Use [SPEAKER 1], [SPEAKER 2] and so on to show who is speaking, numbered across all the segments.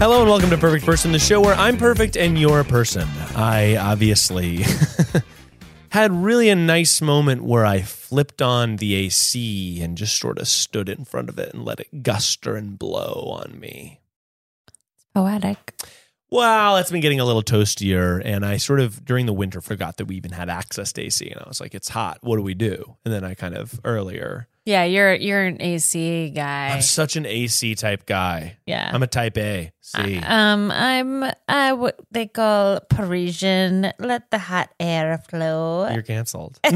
[SPEAKER 1] Hello and welcome to Perfect Person, the show where I'm perfect and you're a person. I obviously had really a nice moment where I flipped on the AC and just sort of stood in front of it and let it guster and blow on me.
[SPEAKER 2] Poetic.
[SPEAKER 1] Well, it's been getting a little toastier, and I sort of during the winter forgot that we even had access to AC, and I was like, "It's hot. What do we do?" And then I kind of earlier,
[SPEAKER 2] Yeah, you're you're an AC guy.
[SPEAKER 1] I'm such an AC type guy.
[SPEAKER 2] yeah.
[SPEAKER 1] I'm a type A. C.
[SPEAKER 2] um, I'm uh, what they call Parisian. Let the hot air flow.
[SPEAKER 1] You're canceled. I'm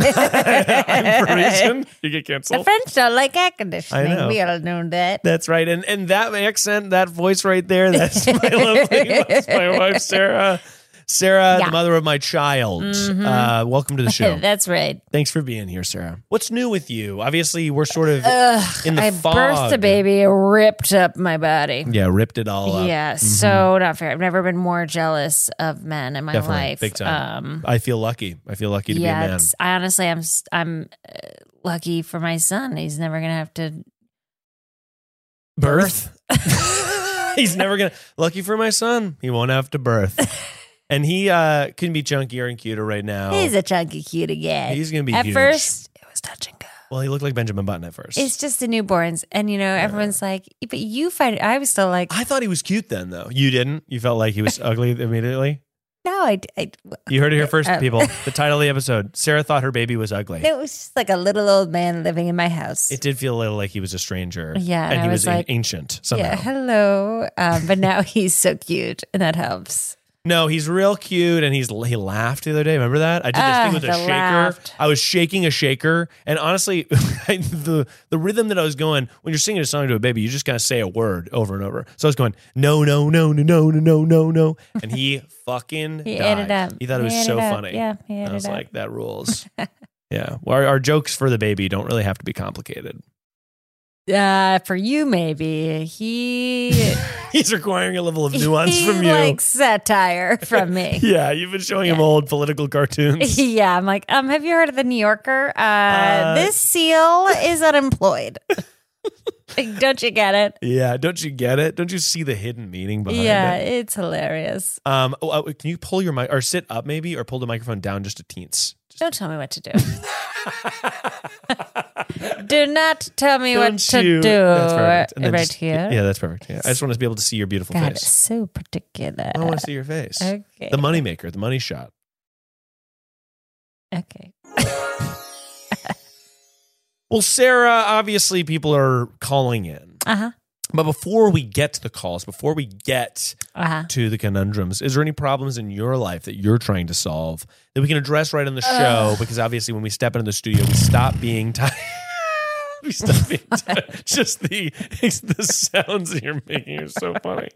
[SPEAKER 1] Parisian. You get
[SPEAKER 2] the
[SPEAKER 1] canceled.
[SPEAKER 2] French don't like air conditioning.
[SPEAKER 1] I know.
[SPEAKER 2] We all know that.
[SPEAKER 1] That's right. And and that accent, that voice right there, that's my lovely that's my wife, Sarah. Sarah,
[SPEAKER 2] Yeah. Mm-hmm.
[SPEAKER 1] the mother of my child. Uh, welcome to the show.
[SPEAKER 2] That's right.
[SPEAKER 1] Thanks for being here, Sarah. What's new with you? Obviously, we're sort of in the
[SPEAKER 2] I
[SPEAKER 1] fog.
[SPEAKER 2] burst a baby, ripped up my body.
[SPEAKER 1] Yeah, uh, mm-hmm. ripped it all up.
[SPEAKER 2] Yeah, so not fair. I've never been more jealous of men in my
[SPEAKER 1] Definitely,
[SPEAKER 2] life.
[SPEAKER 1] big time.
[SPEAKER 2] Um,
[SPEAKER 1] I feel lucky. I feel lucky to
[SPEAKER 2] yeah,
[SPEAKER 1] be a man.
[SPEAKER 2] it's- I honestly, I'm s- I'm uh, lucky for my son. He's never gonna have to
[SPEAKER 1] birth. He's never gonna. Lucky for my son, he won't have to birth, and he uh couldn't be chunkier and cuter right now.
[SPEAKER 2] He's a chunky cute again.
[SPEAKER 1] Oh. He's gonna be
[SPEAKER 2] At
[SPEAKER 1] huge.
[SPEAKER 2] first, it was touch and go.
[SPEAKER 1] well, he looked like Benjamin Button at first.
[SPEAKER 2] It's just the newborns, and you know everyone's like, "But you find." I was still like,
[SPEAKER 1] I thought he was cute then, though. You didn't. You felt like he was ugly immediately.
[SPEAKER 2] "No, I." I
[SPEAKER 1] You heard it here first,
[SPEAKER 2] Uh,
[SPEAKER 1] people. The title of the episode: Sarah thought her baby was ugly.
[SPEAKER 2] it was just like a little old man living in my house.
[SPEAKER 1] It did feel a little like he was a stranger.
[SPEAKER 2] Yeah,
[SPEAKER 1] and,
[SPEAKER 2] and I
[SPEAKER 1] he was,
[SPEAKER 2] was
[SPEAKER 1] an-
[SPEAKER 2] like-
[SPEAKER 1] ancient
[SPEAKER 2] yeah,
[SPEAKER 1] somehow.
[SPEAKER 2] hello. Um, but now he's so cute, and that helps.
[SPEAKER 1] No, he's real cute, and he's he laughed the other day. Remember that? I did this
[SPEAKER 2] Ah,
[SPEAKER 1] thing with a
[SPEAKER 2] the
[SPEAKER 1] shaker.
[SPEAKER 2] laughed.
[SPEAKER 1] I was shaking a shaker, and honestly, I, the the rhythm that I was going when you're singing a song to a baby, you just gotta say a word over and over. So I was going no, no, no, no, no, no, no, no, no, and he fucking
[SPEAKER 2] He
[SPEAKER 1] died.
[SPEAKER 2] ate it up.
[SPEAKER 1] He thought it was
[SPEAKER 2] He ate
[SPEAKER 1] so
[SPEAKER 2] it up.
[SPEAKER 1] funny.
[SPEAKER 2] Yeah, he ate
[SPEAKER 1] I
[SPEAKER 2] it
[SPEAKER 1] was
[SPEAKER 2] up.
[SPEAKER 1] like, that rules. yeah, well, our, our jokes for the baby don't really have to be complicated.
[SPEAKER 2] Uh, for you, maybe he.
[SPEAKER 1] He's requiring a level of nuance
[SPEAKER 2] he
[SPEAKER 1] from you.
[SPEAKER 2] likes satire from me.
[SPEAKER 1] yeah, you've been showing him old political cartoons.
[SPEAKER 2] Yeah, I'm like, um, have you heard of the New Yorker? Uh,
[SPEAKER 1] Uh,
[SPEAKER 2] this seal is unemployed. like, don't you get it?
[SPEAKER 1] Yeah, don't you get it? Don't you see the hidden meaning behind
[SPEAKER 2] yeah,
[SPEAKER 1] it?
[SPEAKER 2] it's hilarious.
[SPEAKER 1] Um, oh, oh, can you pull your mic or sit up maybe, or pull the microphone down just a teens? Just-
[SPEAKER 2] Don't tell me what to do. do not tell me what
[SPEAKER 1] Don't
[SPEAKER 2] to
[SPEAKER 1] you-
[SPEAKER 2] do.
[SPEAKER 1] That's perfect. And then
[SPEAKER 2] Right
[SPEAKER 1] just-
[SPEAKER 2] here.
[SPEAKER 1] Yeah, that's perfect. Yeah, I just want to be able to see your beautiful
[SPEAKER 2] God, it's
[SPEAKER 1] face.
[SPEAKER 2] so particular.
[SPEAKER 1] I want to see your face.
[SPEAKER 2] Okay.
[SPEAKER 1] The moneymaker, the money shot.
[SPEAKER 2] okay.
[SPEAKER 1] Well, Sarah, obviously people are calling in.
[SPEAKER 2] Uh huh.
[SPEAKER 1] But before we get to the calls, before we get
[SPEAKER 2] Uh huh.
[SPEAKER 1] to the conundrums. Is there any problems in your life that you're trying to solve that we can address right on the show? Because obviously, when we step into the studio, we stop being tired. we stop being tired. Just the it's the sounds that you're making are so funny.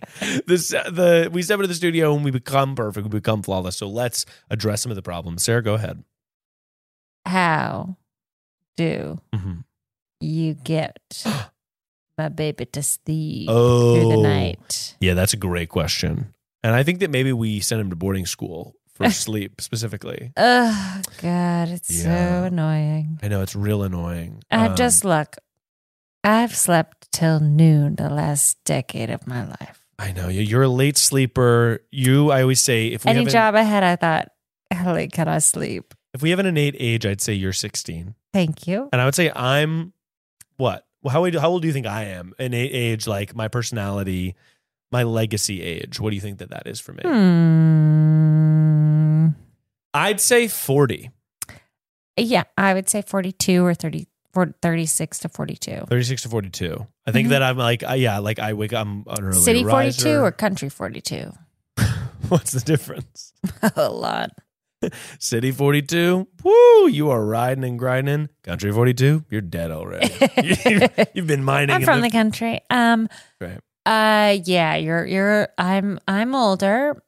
[SPEAKER 1] This the we step into the studio and we become perfect. We become flawless. So let's address some of the problems. Sarah, go ahead.
[SPEAKER 2] How do
[SPEAKER 1] Mhm.
[SPEAKER 2] you get my baby to sleep through the
[SPEAKER 1] Oh.
[SPEAKER 2] night?
[SPEAKER 1] Yeah, that's a great question, and I think that maybe we send him to boarding school for sleep specifically.
[SPEAKER 2] Oh God, it's
[SPEAKER 1] Yeah.
[SPEAKER 2] so annoying.
[SPEAKER 1] I know it's real annoying.
[SPEAKER 2] I've
[SPEAKER 1] Um,
[SPEAKER 2] just look. I've slept till noon the last decade of my life.
[SPEAKER 1] I know you- you're a late sleeper. You, I always say, if we
[SPEAKER 2] Any
[SPEAKER 1] have an,
[SPEAKER 2] job I had, I thought, how late can I sleep?
[SPEAKER 1] if we have an innate age, I'd say you're 16.
[SPEAKER 2] Thank you.
[SPEAKER 1] And I would say I'm what? Well, how old, how old do you think I am? An a- age like my personality, my legacy age. What do you think that that is for me?
[SPEAKER 2] Hmm.
[SPEAKER 1] I'd say 40,
[SPEAKER 2] Yeah, I would say 42 or 30, for- 36 to 42.
[SPEAKER 1] 36 to 42. I think
[SPEAKER 2] Mhm.
[SPEAKER 1] that I'm like, I, yeah, like I wake up, I'm an early
[SPEAKER 2] City 42
[SPEAKER 1] riser.
[SPEAKER 2] or country 42?
[SPEAKER 1] What's the difference?
[SPEAKER 2] A lot.
[SPEAKER 1] City 42, woo, you are riding and grinding. Country 42, you're dead already. you, have been mining.
[SPEAKER 2] I'm
[SPEAKER 1] in
[SPEAKER 2] from the country. Um
[SPEAKER 1] Right.
[SPEAKER 2] uh yeah, you're you're I'm I'm older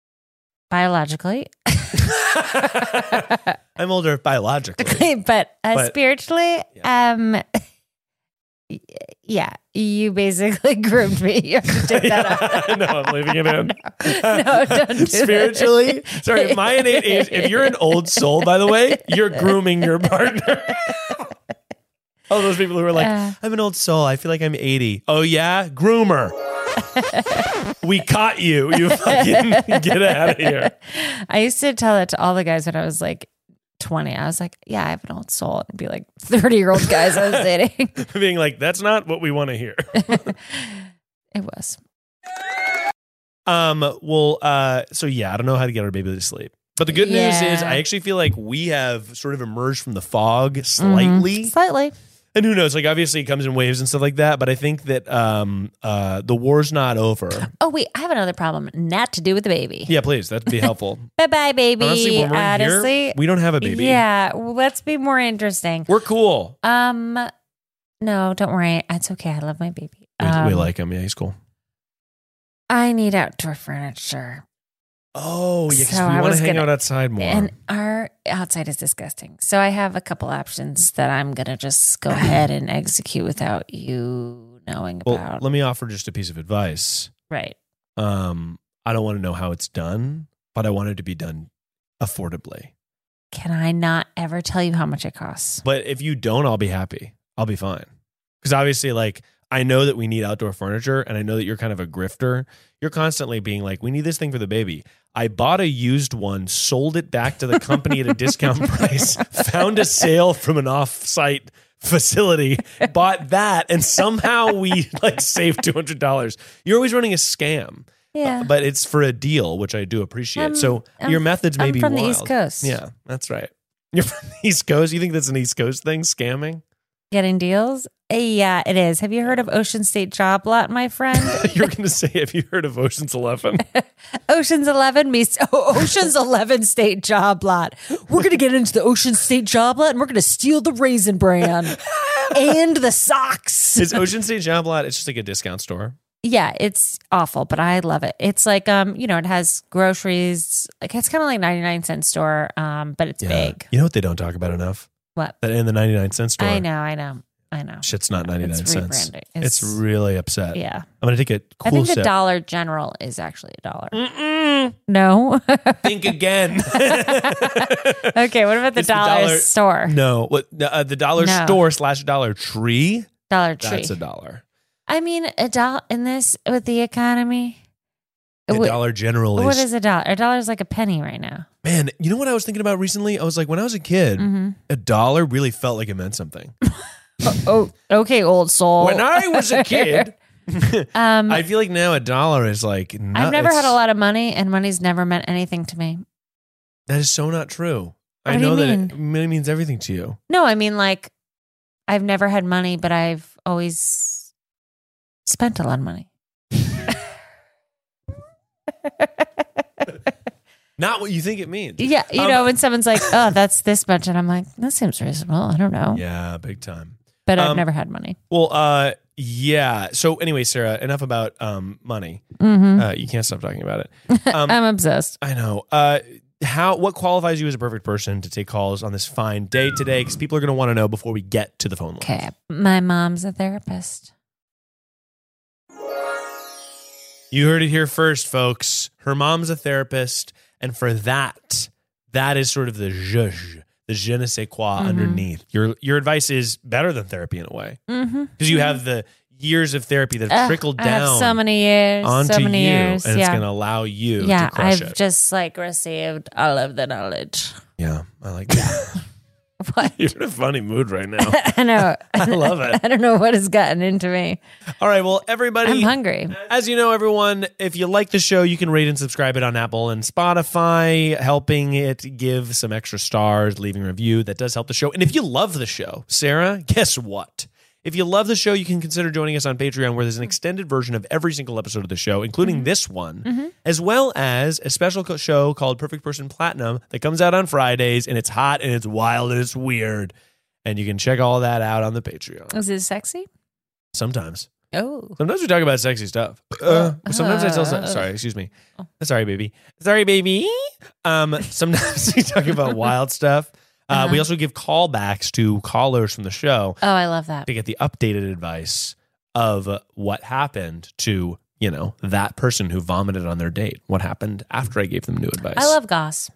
[SPEAKER 2] biologically.
[SPEAKER 1] I'm older biologically.
[SPEAKER 2] but uh,
[SPEAKER 1] But-
[SPEAKER 2] spiritually um y- yeah, you basically groomed me. You have to take that
[SPEAKER 1] Yeah,
[SPEAKER 2] out.
[SPEAKER 1] I know, I'm leaving it in.
[SPEAKER 2] No, don't do that.
[SPEAKER 1] Spiritually, sorry, my innate age. If you're an old soul, by the way, you're grooming your partner. All those people who are like,
[SPEAKER 2] Uh.
[SPEAKER 1] I'm an old soul. I feel like I'm 80. Oh yeah, groomer. we caught you. You fucking get out of here.
[SPEAKER 2] I used to tell that to all the guys when I was like 20. I was like, yeah, I have an old soul. It'd be like 30 year old guys I was dating.
[SPEAKER 1] Being like, that's not what we want to hear.
[SPEAKER 2] It was.
[SPEAKER 1] Um. Well. Uh. So yeah, I don't know how to get our baby to sleep. But the good
[SPEAKER 2] Yeah.
[SPEAKER 1] news is, I actually feel like we have sort of emerged from the fog slightly.
[SPEAKER 2] Mm-hmm. Slightly.
[SPEAKER 1] And who knows? Like, obviously, it comes in waves and stuff like that. But I think that um, uh, the war's not over.
[SPEAKER 2] Oh, wait, I have another problem. Not to do with the baby.
[SPEAKER 1] Yeah, please, that'd be helpful.
[SPEAKER 2] Bye bye, baby.
[SPEAKER 1] Honestly, when we're
[SPEAKER 2] Honestly,
[SPEAKER 1] here, we don't have a baby.
[SPEAKER 2] Yeah, well, let's be more interesting.
[SPEAKER 1] we're cool.
[SPEAKER 2] Um, no, don't worry. It's okay. I love my baby.
[SPEAKER 1] We,
[SPEAKER 2] Um,
[SPEAKER 1] we like him. Yeah, he's cool.
[SPEAKER 2] I need outdoor furniture,
[SPEAKER 1] Oh, yeah, because
[SPEAKER 2] so I
[SPEAKER 1] we want
[SPEAKER 2] was
[SPEAKER 1] to hang
[SPEAKER 2] gonna-
[SPEAKER 1] out outside more.
[SPEAKER 2] and our outside is disgusting. So I have a couple options that I'm gonna just go ahead and execute without you knowing
[SPEAKER 1] well,
[SPEAKER 2] about.
[SPEAKER 1] let me offer just a piece of advice.
[SPEAKER 2] right.
[SPEAKER 1] Um, I don't want to know how it's done, but I want it to be done affordably.
[SPEAKER 2] Can I not ever tell you how much it costs?
[SPEAKER 1] But if you don't, I'll be happy. I'll be fine. Because obviously, like, I know that we need outdoor furniture and I know that you're kind of a grifter. You're constantly being like, we need this thing for the baby. I bought a used one, sold it back to the company at a discount price, found a sale from an off site facility, bought that, and somehow we like saved $200. You're always running a scam.
[SPEAKER 2] Yeah.
[SPEAKER 1] Uh, But it's for a deal, which I do appreciate.
[SPEAKER 2] I'm-
[SPEAKER 1] so
[SPEAKER 2] I'm-
[SPEAKER 1] your methods may
[SPEAKER 2] I'm
[SPEAKER 1] be
[SPEAKER 2] from the
[SPEAKER 1] wild.
[SPEAKER 2] East Coast.
[SPEAKER 1] Yeah, that's right. You're from the East Coast. You think that's an East Coast thing? Scamming?
[SPEAKER 2] Getting deals? Yeah, it is. Have you heard of Ocean State Job Lot, my friend?
[SPEAKER 1] You're gonna say, have you heard of Ocean's Eleven?
[SPEAKER 2] Ocean's Eleven meets oh, Ocean's Eleven State Job Lot. We're gonna get into the Ocean State Job Lot, and we're gonna steal the raisin bran and the socks.
[SPEAKER 1] Is Ocean State Job Lot? It's just like a discount store.
[SPEAKER 2] Yeah, it's awful, but I love it. It's like um, you know, it has groceries. Like it's kind of like ninety nine cent store, um, but it's big.
[SPEAKER 1] You know what they don't talk about enough?
[SPEAKER 2] What?
[SPEAKER 1] That in the ninety nine cent store.
[SPEAKER 2] I know, I know, I know.
[SPEAKER 1] Shit's not ninety nine
[SPEAKER 2] It's
[SPEAKER 1] cents.
[SPEAKER 2] rebranding.
[SPEAKER 1] It's, really upset.
[SPEAKER 2] yeah.
[SPEAKER 1] I'm gonna take a cool
[SPEAKER 2] I think the
[SPEAKER 1] sip.
[SPEAKER 2] Dollar General is actually a dollar.
[SPEAKER 1] Mm-mm.
[SPEAKER 2] No.
[SPEAKER 1] Think again.
[SPEAKER 2] okay, what about the
[SPEAKER 1] It's the
[SPEAKER 2] dollar,
[SPEAKER 1] dollar-
[SPEAKER 2] store?
[SPEAKER 1] no, what uh, the Dollar
[SPEAKER 2] No.
[SPEAKER 1] Store slash Dollar Tree?
[SPEAKER 2] Dollar Tree.
[SPEAKER 1] That's a dollar.
[SPEAKER 2] I mean, a dollar in this with the economy.
[SPEAKER 1] A
[SPEAKER 2] Wh-
[SPEAKER 1] Dollar General is
[SPEAKER 2] what is a dollar? A dollar is like a penny right now.
[SPEAKER 1] man. You know what I was thinking about recently? I was like, when I was a kid,
[SPEAKER 2] Mm-hmm.
[SPEAKER 1] a dollar really felt like it meant something.
[SPEAKER 2] Oh, okay, old soul.
[SPEAKER 1] When I was a kid,
[SPEAKER 2] um,
[SPEAKER 1] I
[SPEAKER 2] I've,
[SPEAKER 1] feel like now a dollar is like no-
[SPEAKER 2] never had
[SPEAKER 1] it's-
[SPEAKER 2] a lot of money, and money's never meant anything to me.
[SPEAKER 1] That is so not true. I
[SPEAKER 2] What do
[SPEAKER 1] know
[SPEAKER 2] you
[SPEAKER 1] that it money means everything to you.
[SPEAKER 2] No, I mean like I've never had money, but I've always spent a lot of money.
[SPEAKER 1] Not what you think it means.
[SPEAKER 2] Yeah, you
[SPEAKER 1] Um,
[SPEAKER 2] know, when someone's like, "Oh, that's this much," and I'm like, "That seems reasonable." I don't know,
[SPEAKER 1] Yeah, big time.
[SPEAKER 2] but I've
[SPEAKER 1] um,
[SPEAKER 2] never had money.
[SPEAKER 1] Well, uh yeah. So anyway, Sarah, enough about um money.
[SPEAKER 2] hmm
[SPEAKER 1] Uh, you can't stop talking about it. Um,
[SPEAKER 2] I'm obsessed.
[SPEAKER 1] I know. Uh, how what qualifies you as a perfect person to take calls on this fine day today? Because people are going to want to know before we get to the phone line.
[SPEAKER 2] Okay, my mom's a therapist.
[SPEAKER 1] You heard it here first, folks. Her mom's a therapist, and for that, that is sort of the zhuzh, the je ne sais quoi
[SPEAKER 2] Mhm.
[SPEAKER 1] underneath. Your your advice is better than therapy in a way
[SPEAKER 2] Mm-hmm.
[SPEAKER 1] because you have the years of therapy that have
[SPEAKER 2] Ugh,
[SPEAKER 1] trickled
[SPEAKER 2] I have
[SPEAKER 1] down
[SPEAKER 2] so many years,
[SPEAKER 1] onto
[SPEAKER 2] so many
[SPEAKER 1] you,
[SPEAKER 2] years.
[SPEAKER 1] and
[SPEAKER 2] yeah,
[SPEAKER 1] it's going to allow you
[SPEAKER 2] yeah.
[SPEAKER 1] to crush
[SPEAKER 2] I've
[SPEAKER 1] it.
[SPEAKER 2] just like received all of the knowledge.
[SPEAKER 1] yeah, I like that.
[SPEAKER 2] God.
[SPEAKER 1] You're in a funny mood right now.
[SPEAKER 2] I know.
[SPEAKER 1] I love it.
[SPEAKER 2] I don't know what has gotten into me.
[SPEAKER 1] All right, well, everybody.
[SPEAKER 2] I'm hungry.
[SPEAKER 1] As you know, everyone, if you like the show, you can rate and subscribe it on Apple and Spotify, helping it give some extra stars, leaving a review. That does help the show. And if you love the show, Sarah, guess what? If you love the show, you can consider joining us on Patreon, where there's an extended version of every single episode of the show, including this one, as well as a special co- show called Perfect Person Platinum that comes out on Fridays, and it's hot and it's wild and it's weird. And you can check all that out on the Patreon.
[SPEAKER 2] Is it sexy?
[SPEAKER 1] Sometimes.
[SPEAKER 2] Oh.
[SPEAKER 1] Sometimes we talk about sexy stuff. Uh, sometimes I tell. Sorry, excuse me.
[SPEAKER 2] Oh.
[SPEAKER 1] Sorry, baby. Sorry, baby. Um, sometimes we talk about wild stuff. Uh,
[SPEAKER 2] Uh-huh.
[SPEAKER 1] We also give callbacks to callers from the show
[SPEAKER 2] Oh, I love that.
[SPEAKER 1] to get the updated advice of what happened to you know that person who vomited on their date. What happened after I gave them new advice?
[SPEAKER 2] I love Goss.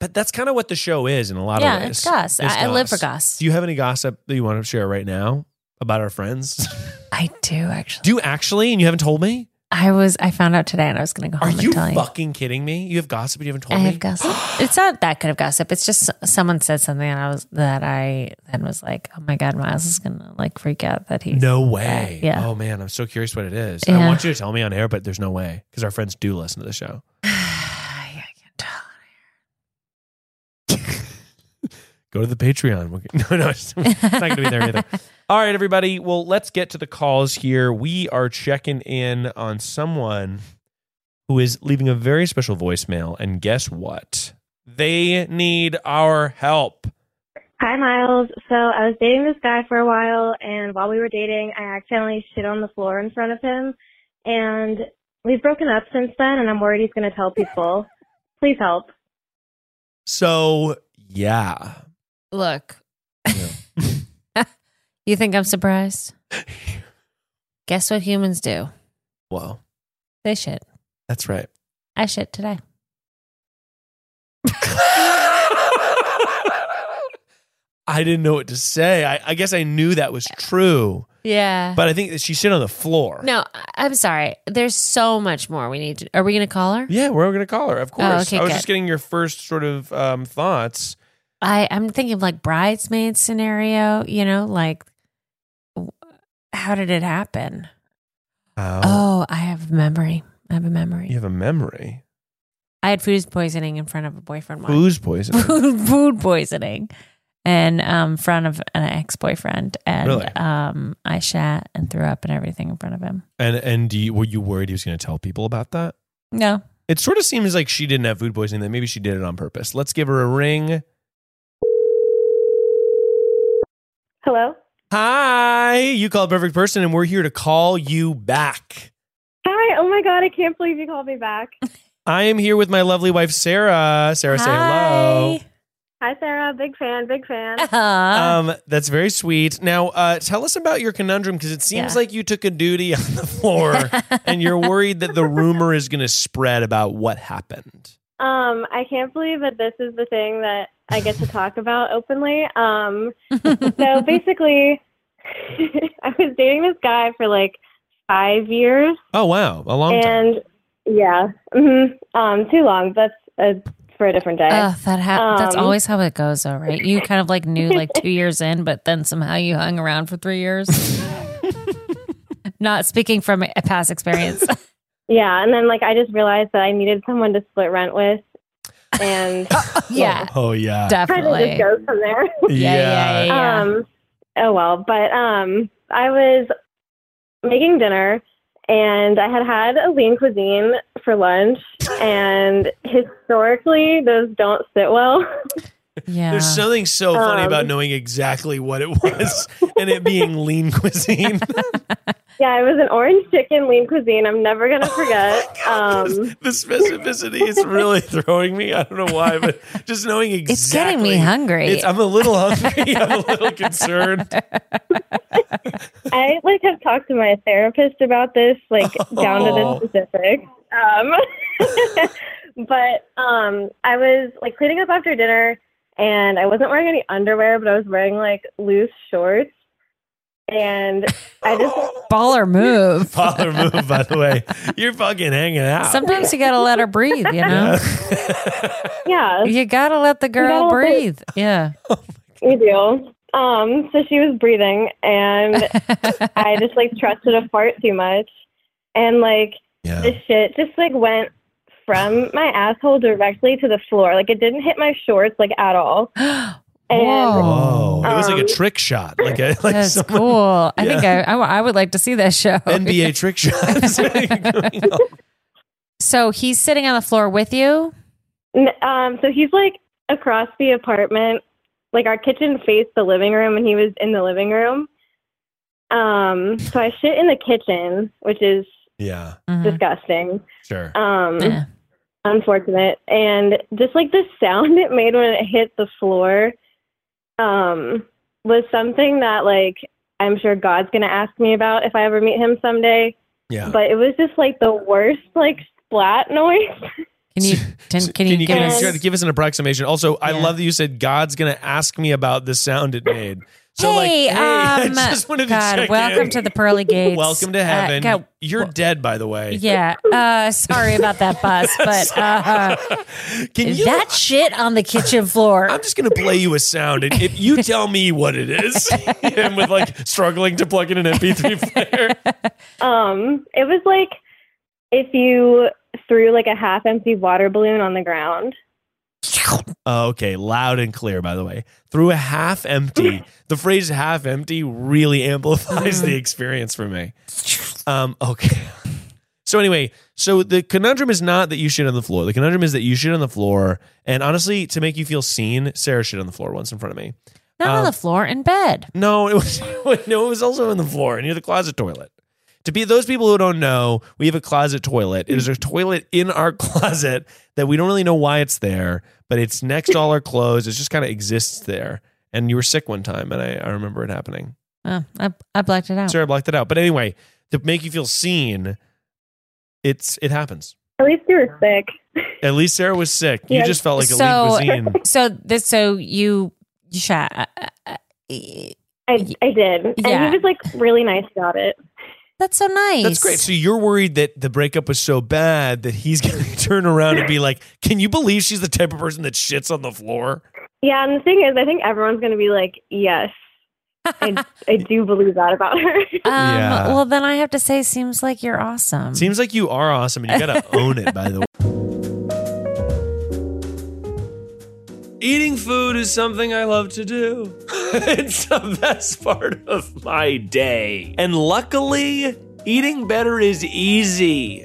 [SPEAKER 1] But that's kind of what the show is in a lot of
[SPEAKER 2] Yeah,
[SPEAKER 1] ways.
[SPEAKER 2] it's Goss. I, I live for Goss.
[SPEAKER 1] Do you have any gossip that you want to share right now about our friends?
[SPEAKER 2] I do actually.
[SPEAKER 1] do you actually? And you haven't told me.
[SPEAKER 2] I was. I found out today, and I was going to go
[SPEAKER 1] Are
[SPEAKER 2] home
[SPEAKER 1] you
[SPEAKER 2] and tell you.
[SPEAKER 1] fucking kidding me? You have gossip and you haven't
[SPEAKER 2] I
[SPEAKER 1] told me.
[SPEAKER 2] have gossip. it's not that kind of gossip. It's just someone said something, and I was that I then was like, "Oh my god, Miles is going to like freak out that he's
[SPEAKER 1] no way.
[SPEAKER 2] Yeah.
[SPEAKER 1] Oh man, I'm so curious what it is. I
[SPEAKER 2] Yeah.
[SPEAKER 1] want you to tell me on air, but there's no way because our friends do listen to the show.
[SPEAKER 2] I can't tell.
[SPEAKER 1] Go to the Patreon. We're- No, no, it's it's not going to be there either. All right, everybody. Well, let's get to the calls here. We are checking in on someone who is leaving a very special voicemail, and guess what? They need our help.
[SPEAKER 3] Hi, Miles. So I was dating this guy for a while, and while we were dating, I accidentally shit on the floor in front of him. And we've broken up since then, and I'm worried he's going to tell people. Please help.
[SPEAKER 1] So yeah,
[SPEAKER 2] Look, you think I'm surprised? Guess what humans do?
[SPEAKER 1] well,
[SPEAKER 2] They shit.
[SPEAKER 1] that's right.
[SPEAKER 2] I shit today.
[SPEAKER 1] I didn't know what to say. I, I guess I knew that was true,
[SPEAKER 2] Yeah.
[SPEAKER 1] but I think that she shit on the floor.
[SPEAKER 2] no, I- I'm sorry. There's so much more we need to. Are we going to call her?
[SPEAKER 1] Yeah, we're going to call her, of course.
[SPEAKER 2] Oh, okay,
[SPEAKER 1] I was
[SPEAKER 2] good.
[SPEAKER 1] just getting your first sort of um, thoughts.
[SPEAKER 2] I I'm thinking of like bridesmaid scenario. You know, like w- how did it happen?
[SPEAKER 1] Uh-huh.
[SPEAKER 2] Oh, I have a memory. I have a memory.
[SPEAKER 1] You have a memory.
[SPEAKER 2] I had food poisoning in front of a boyfriend once.
[SPEAKER 1] Who's poisoning?
[SPEAKER 2] food, food poisoning and um in front of an ex-boyfriend and
[SPEAKER 1] Really?
[SPEAKER 2] um I shat and threw up and everything in front of him.
[SPEAKER 1] and and do you, were you worried he was going to tell people about that?
[SPEAKER 2] No.
[SPEAKER 1] It sort of seems like she didn't have food poisoning. That maybe she did it on purpose. Let's give her a ring.
[SPEAKER 3] Hello?
[SPEAKER 1] Hi, you called perfect person, and we're here to call you back.
[SPEAKER 3] Hi. Oh my God. I can't believe you called me back.
[SPEAKER 1] I am here with my lovely wife Sarah. Sarah, say hello.
[SPEAKER 3] Hi, Sarah. Big fan. Big fan.
[SPEAKER 2] Aw.
[SPEAKER 1] Um, that's very sweet. Now, uh, tell us about your conundrum because it seems
[SPEAKER 2] Yeah.
[SPEAKER 1] like you took a duty on the floor, and you're worried that the rumor is going to spread about what happened.
[SPEAKER 3] Um, I can't believe that this is the thing that I get to talk about openly. Um, so basically, I was dating this guy for like five years.
[SPEAKER 1] Oh wow, a long time.
[SPEAKER 3] and yeah, hmm um, too long. That's uh, for a different day.
[SPEAKER 2] Ugh, that ha- that's
[SPEAKER 3] um,
[SPEAKER 2] always how it goes though, right? You kind of like knew like two years in, but then somehow you hung around for three years. Not speaking from a past experience.
[SPEAKER 3] yeah, and then like I just realized that I needed someone to split rent with, and
[SPEAKER 2] yeah.
[SPEAKER 1] Oh yeah.
[SPEAKER 3] kind of just
[SPEAKER 2] Definitely.
[SPEAKER 3] goes from there.
[SPEAKER 2] Yeah, yeah, yeah. yeah.
[SPEAKER 3] Um, oh well, but um, I was making dinner, and I had had a lean cuisine for lunch, and historically those don't sit well.
[SPEAKER 2] yeah.
[SPEAKER 1] There's something so funny
[SPEAKER 3] Um,
[SPEAKER 1] about knowing exactly what it was and it being lean cuisine.
[SPEAKER 3] yeah, it was an orange chicken lean cuisine. I'm never gonna
[SPEAKER 2] Oh Uh,
[SPEAKER 3] forget. um,
[SPEAKER 1] the specificity is really throwing me. I don't know why, but just knowing exactly.
[SPEAKER 2] It's getting me hungry.
[SPEAKER 1] It's- I'm a little hungry. I'm a little concerned.
[SPEAKER 3] I like have talked to my therapist about this, like down to
[SPEAKER 1] Oh.
[SPEAKER 3] the specifics. Um, but um, I was like cleaning up after dinner, and I wasn't wearing any underwear, but I was wearing like loose shorts, and I just
[SPEAKER 2] Baller move.
[SPEAKER 1] Father move, by the way. You're fucking hanging out.
[SPEAKER 2] Sometimes you gotta let her breathe, you know?
[SPEAKER 1] Yeah.
[SPEAKER 3] yeah,
[SPEAKER 2] You gotta let the girl
[SPEAKER 3] No, but-
[SPEAKER 2] breathe. Yeah.
[SPEAKER 3] We do. Um, so she was breathing, and I just like trusted a fart too much, and like
[SPEAKER 1] Yeah.
[SPEAKER 3] this shit just like went from my asshole directly to the floor. Like it didn't hit my shorts like at all. And
[SPEAKER 1] Oh,
[SPEAKER 2] Whoa.
[SPEAKER 1] it was like a
[SPEAKER 3] Um,
[SPEAKER 1] trick shot, like a like
[SPEAKER 2] That's
[SPEAKER 1] some
[SPEAKER 2] cool. I think
[SPEAKER 1] Yeah.
[SPEAKER 2] I, I, w- I would like to see that show.
[SPEAKER 1] NBA trick shot.
[SPEAKER 2] So he's sitting on the floor with you.
[SPEAKER 3] N- Um, so he's like across the apartment, like our kitchen faced the living room, and he was in the living room. Um, so I shit in the kitchen, which is
[SPEAKER 1] yeah,
[SPEAKER 2] Mhm.
[SPEAKER 3] disgusting,
[SPEAKER 1] sure.
[SPEAKER 3] um,
[SPEAKER 2] Yeah.
[SPEAKER 3] unfortunate, and just like the sound it made when it hit the floor, um, was something that like I'm sure God's gonna ask me about if I ever meet him someday.
[SPEAKER 1] Yeah.
[SPEAKER 3] But it was just like the worst like splat noise.
[SPEAKER 2] Can you can,
[SPEAKER 1] So
[SPEAKER 2] can you give
[SPEAKER 3] can
[SPEAKER 1] us-
[SPEAKER 2] us?
[SPEAKER 1] try to give us an approximation? Also, I
[SPEAKER 2] Yeah.
[SPEAKER 1] love that you said God's going to ask me about the sound it made. So
[SPEAKER 2] hey,
[SPEAKER 1] like, hey,
[SPEAKER 2] um,
[SPEAKER 1] I just wanted
[SPEAKER 2] God,
[SPEAKER 1] to check
[SPEAKER 2] welcome
[SPEAKER 1] in.
[SPEAKER 2] to the pearly gates.
[SPEAKER 1] welcome
[SPEAKER 2] Uh,
[SPEAKER 1] to heaven.
[SPEAKER 2] God,
[SPEAKER 1] You're dead, by the way.
[SPEAKER 2] yeah. Uh, sorry about that, boss, but uh,
[SPEAKER 1] Can you?
[SPEAKER 2] that shit on the kitchen floor.
[SPEAKER 1] I'm just going to play you a sound, and if you tell me what it is, and with like struggling to plug in an MP3 player.
[SPEAKER 3] Um, it was like if you threw like a half empty water balloon on the ground.
[SPEAKER 1] Oh, okay, loud and clear, by the way. Through a half empty. the phrase half empty really amplifies the experience for me. Um, okay. So anyway, so the conundrum is not that you shit on the floor. The conundrum is that you shit on the floor. And honestly, to make you feel seen, Sarah shit on the floor once in front of me.
[SPEAKER 2] Not on
[SPEAKER 1] um,
[SPEAKER 2] the floor, in bed.
[SPEAKER 1] No, it was no, it was also on the floor near the closet toilet. To be those people who don't know, we have a closet toilet. It is a toilet in our closet that we don't really know why it's there, but it's next to all our clothes. It just kind of exists there. And you were sick one time, and I, I remember it happening.
[SPEAKER 2] Oh, I, I blacked it out.
[SPEAKER 1] Sarah blocked it out. But anyway, to make you feel seen, it's it happens.
[SPEAKER 3] At least you were sick.
[SPEAKER 1] At least Sarah was sick. You
[SPEAKER 3] Yeah.
[SPEAKER 1] just felt like a
[SPEAKER 2] So-
[SPEAKER 1] league was in.
[SPEAKER 2] So this, so you, you shot. uh, uh, uh,
[SPEAKER 3] I, I did.
[SPEAKER 2] Yeah.
[SPEAKER 3] And he was like really nice about it.
[SPEAKER 2] That's so nice.
[SPEAKER 1] That's great. So you're worried that the breakup was so bad that he's going to turn around and be like, "Can you believe she's the type of person that shits on the floor?"
[SPEAKER 3] Yeah, and the thing is, I think everyone's going to be like, yes, I, I do believe that about her.
[SPEAKER 2] Um,
[SPEAKER 1] Yeah.
[SPEAKER 2] Well, then I have to say, seems like you're awesome.
[SPEAKER 1] Seems like you are awesome, and you got to own it. By the way, eating food is something I love to do. it's the best part of my day, and luckily, eating better is easy.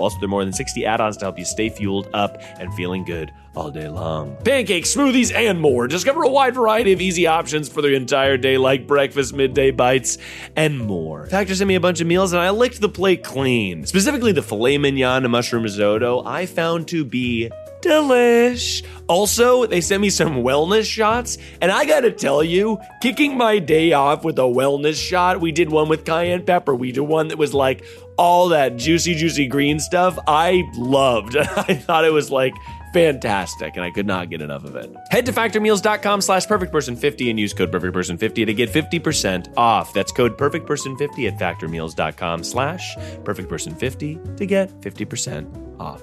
[SPEAKER 1] Also, there are more than 60 add ons to help you stay fueled up and feeling good all day long. Pancakes, smoothies, and more. Discover a wide variety of easy options for the entire day, like breakfast, midday bites, and more. Factor sent me a bunch of meals, and I licked the plate clean. Specifically, the filet mignon and mushroom risotto I found to be delish. Also, they sent me some wellness shots, and I gotta tell you, kicking my day off with a wellness shot, we did one with cayenne pepper. We did one that was like all that juicy, juicy green stuff. I loved. I thought it was like fantastic and i could not get enough of it head to factormeals.com slash perfectperson50 and use code perfectperson50 to get 50% off that's code perfectperson50 at factormeals.com slash perfectperson50 to get 50% off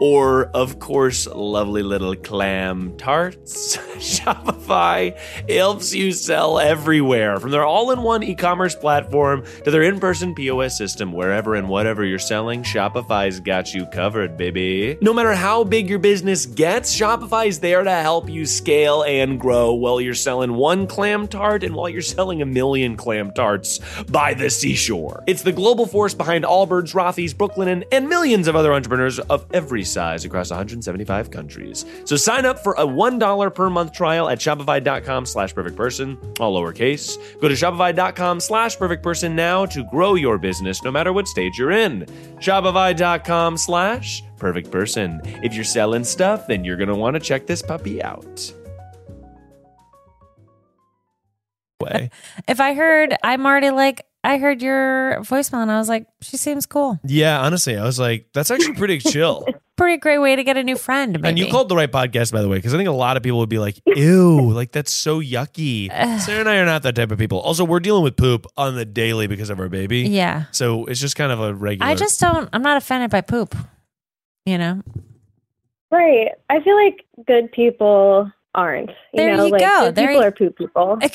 [SPEAKER 4] or, of course, lovely little clam tarts. Shopify helps you sell everywhere from their all in one e commerce platform to their in person POS system, wherever and whatever you're selling, Shopify's got you covered, baby. No matter how big your business gets, Shopify's there to help you scale and grow while you're selling one clam tart and while you're selling a million clam tarts by the seashore. It's the global force behind Allbirds, Rothy's, Brooklinen, and millions of other entrepreneurs of every size across 175 countries. So sign up for a $1 per month trial at shopify.com slash perfect person, all lowercase. Go to shopify.com slash perfect person now to grow your business no matter what stage you're in. Shopify.com slash perfect person. If you're selling stuff, then you're going to want to check this puppy out.
[SPEAKER 1] Way.
[SPEAKER 2] If I heard, I'm already like, I heard your voicemail and I was like, she seems cool.
[SPEAKER 1] Yeah, honestly, I was like, that's actually pretty chill.
[SPEAKER 2] Pretty great way to get a new friend. Maybe.
[SPEAKER 1] And you called the right podcast, by the way, because I think a lot of people would be like, ew, like that's so yucky. Sarah and I are not that type of people. Also, we're dealing with poop on the daily because of our baby.
[SPEAKER 2] Yeah.
[SPEAKER 1] So it's just kind of a regular.
[SPEAKER 2] I just don't, I'm not offended by poop. You know?
[SPEAKER 3] Right. I feel like good people aren't. You
[SPEAKER 2] There
[SPEAKER 3] know,
[SPEAKER 2] you
[SPEAKER 3] like,
[SPEAKER 2] go.
[SPEAKER 3] Good
[SPEAKER 2] There
[SPEAKER 3] people
[SPEAKER 2] you-
[SPEAKER 3] are poop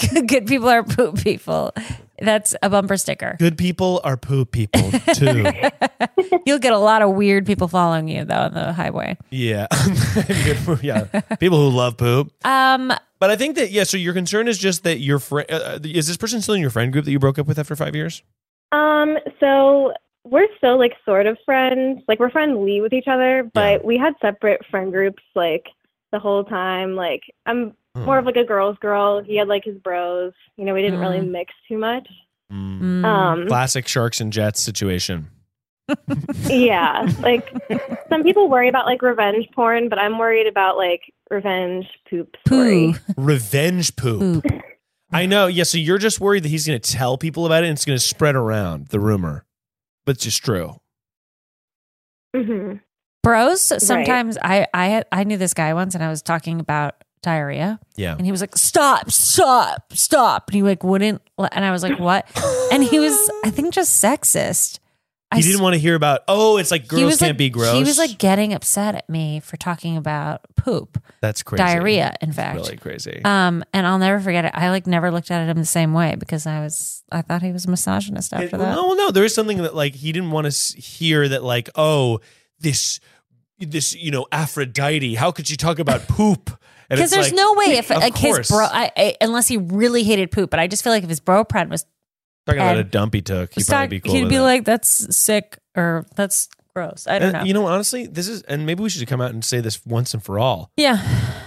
[SPEAKER 3] people.
[SPEAKER 2] Good people are poop people. That's a bumper sticker.
[SPEAKER 1] Good people are poop people too.
[SPEAKER 2] You'll get a lot of weird people following you though on the highway.
[SPEAKER 1] yeah. Good- yeah. People who love poop.
[SPEAKER 2] Um,
[SPEAKER 1] But I think that, yeah, so your concern is just that your friend, uh, is this person still in your friend group that you broke up with after five years?
[SPEAKER 3] Um, so we're still like sort of friends. Like we're friendly with each other, but we had separate friend groups like the whole time. Like I'm
[SPEAKER 1] Hmm.
[SPEAKER 3] more of like a girls girl. He had like his bros. You know, we didn't really
[SPEAKER 2] Hmm.
[SPEAKER 3] mix too much.
[SPEAKER 1] Mm.
[SPEAKER 2] mm.
[SPEAKER 3] Um
[SPEAKER 1] Classic sharks and jets situation.
[SPEAKER 3] yeah. Like some people worry about like revenge porn, but I'm worried about like revenge poop story.
[SPEAKER 2] poo.
[SPEAKER 1] Revenge poop. I know. Yeah. So you're just worried that he's going to tell people about it and it's going to spread around the rumor, but it's just true.
[SPEAKER 3] Mhm.
[SPEAKER 2] Bros, sometimes I I had, I knew this guy once and I was talking about diarrhea
[SPEAKER 1] Yeah.
[SPEAKER 2] and he was like stop stop stop and he like wouldn't let- and I was like what and he was I think just sexist. I
[SPEAKER 1] He didn't want to hear about, oh, it's like
[SPEAKER 2] s- he
[SPEAKER 1] girls
[SPEAKER 2] was,
[SPEAKER 1] can't
[SPEAKER 2] like-
[SPEAKER 1] be gross.
[SPEAKER 2] He was like getting upset at me for talking about poop,
[SPEAKER 1] that's crazy.
[SPEAKER 2] diarrhea in fact.
[SPEAKER 1] Really crazy.
[SPEAKER 2] Um, and I'll never forget it. I like never looked at him the same way because I was I thought he was a misogynist
[SPEAKER 1] It-
[SPEAKER 2] after
[SPEAKER 1] well,
[SPEAKER 2] that.
[SPEAKER 1] No, well, no, there is something that like he didn't want to s- hear that like, oh, this, this, you know, Aphrodite. How could she talk about poop? And
[SPEAKER 2] Because
[SPEAKER 1] it's
[SPEAKER 2] there's
[SPEAKER 1] like,
[SPEAKER 2] no way if
[SPEAKER 1] of
[SPEAKER 2] like his
[SPEAKER 1] course.
[SPEAKER 2] bro, I, I, unless he really hated poop. But I just feel like if his bro friend was,
[SPEAKER 1] talking about
[SPEAKER 2] Ed-
[SPEAKER 1] a dump he took, he'd
[SPEAKER 2] was talk-
[SPEAKER 1] probably be cool.
[SPEAKER 2] he'd
[SPEAKER 1] with
[SPEAKER 2] be
[SPEAKER 1] it.
[SPEAKER 2] like, "That's sick" or "That's gross." I don't
[SPEAKER 1] And,
[SPEAKER 2] know.
[SPEAKER 1] You know, honestly, this is, and maybe we should come out and say this once and for all.
[SPEAKER 2] yeah,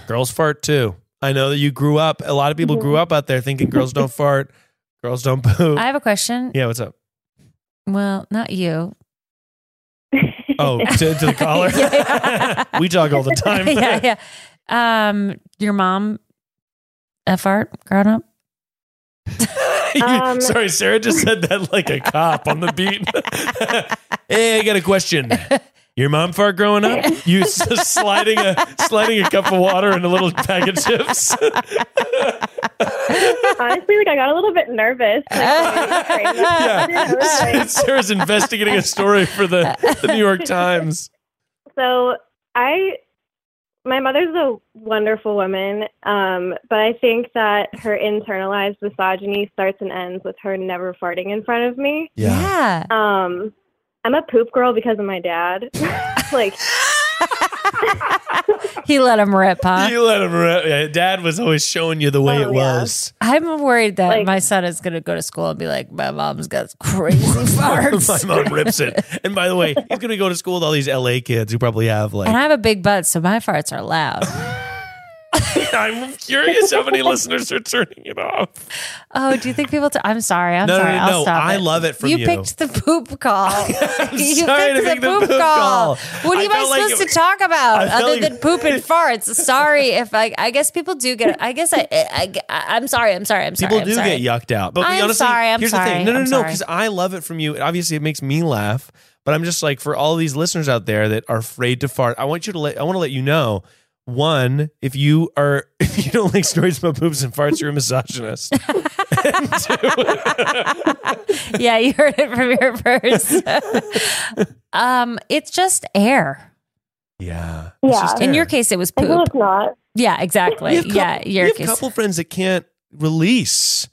[SPEAKER 1] Girls fart too. I know that you grew up. A lot of people grew up out there thinking girls don't fart, girls don't poop.
[SPEAKER 2] I have a question.
[SPEAKER 1] yeah, what's up?
[SPEAKER 2] Well, not you.
[SPEAKER 1] Oh, to, to the collar.
[SPEAKER 2] Yeah.
[SPEAKER 1] we talk all the time.
[SPEAKER 2] yeah, yeah. Um, your mom, a fart grown up.
[SPEAKER 1] You-
[SPEAKER 3] Um,
[SPEAKER 1] sorry, Sarah just said that like a cop on the beat. hey, I got a question. Your mom fart growing up? You s- sliding a sliding a cup of water and a little bag of chips.
[SPEAKER 3] Honestly, like I got a little bit nervous. Like, I was
[SPEAKER 1] yeah,
[SPEAKER 3] afraid.
[SPEAKER 1] Sarah's investigating a story for the, the New York Times.
[SPEAKER 3] So I, my mother's a wonderful woman, um, but I think that her internalized misogyny starts and ends with her never farting in front of me.
[SPEAKER 2] Yeah.
[SPEAKER 3] Um, I'm a poop girl because of my dad. like,
[SPEAKER 2] he let him rip, huh?
[SPEAKER 1] You let him. Re- yeah, Dad was always showing you the way
[SPEAKER 3] Oh,
[SPEAKER 1] it
[SPEAKER 3] yeah.
[SPEAKER 1] was.
[SPEAKER 2] I'm worried that
[SPEAKER 3] Like-
[SPEAKER 2] my son is going to go to school and be like, my mom's got crazy farts.
[SPEAKER 1] My mom rips it. And by the way, he's gonna go to school with all these LA kids who probably have like.
[SPEAKER 2] And I have a big butt, so my farts are loud.
[SPEAKER 1] I'm curious how many listeners are turning it off.
[SPEAKER 2] Oh, do you think people? i I'm sorry. I'm
[SPEAKER 1] No, no,
[SPEAKER 2] sorry.
[SPEAKER 1] no,
[SPEAKER 2] I'll
[SPEAKER 1] no.
[SPEAKER 2] stop
[SPEAKER 1] I
[SPEAKER 2] it.
[SPEAKER 1] love it from you.
[SPEAKER 2] picked the poop call. you
[SPEAKER 1] sorry to pick the poop call.
[SPEAKER 2] What
[SPEAKER 1] I
[SPEAKER 2] am I
[SPEAKER 1] felt like
[SPEAKER 2] supposed
[SPEAKER 1] it-
[SPEAKER 2] to talk
[SPEAKER 1] I
[SPEAKER 2] about
[SPEAKER 1] felt
[SPEAKER 2] other
[SPEAKER 1] like-
[SPEAKER 2] than poop and farts? Sorry if I. I guess people do get. I guess I. I, am sorry. I'm sorry. I'm sorry.
[SPEAKER 1] People
[SPEAKER 2] I'm
[SPEAKER 1] do
[SPEAKER 2] sorry.
[SPEAKER 1] get yucked out. But
[SPEAKER 2] I'm
[SPEAKER 1] honestly,
[SPEAKER 2] sorry, I'm
[SPEAKER 1] here's the
[SPEAKER 2] sorry,
[SPEAKER 1] thing. No, no,
[SPEAKER 2] I'm
[SPEAKER 1] no,
[SPEAKER 2] sorry.
[SPEAKER 1] because I love it from you. It, obviously, it makes me laugh. But I'm just like for all these listeners out there that are afraid to fart. I want you to let. I want to let you know. One, if you are, if you don't like stories about boobs and farts, you're a misogynist. And two-
[SPEAKER 2] yeah, you heard it from your first. um, it's just air.
[SPEAKER 1] Yeah.
[SPEAKER 3] Yeah.
[SPEAKER 2] In your case, it was
[SPEAKER 3] I know
[SPEAKER 2] poop.
[SPEAKER 3] it's not.
[SPEAKER 2] Yeah, exactly.
[SPEAKER 1] We have couple-
[SPEAKER 2] yeah, your
[SPEAKER 1] we have a
[SPEAKER 2] case.
[SPEAKER 1] couple friends that can't release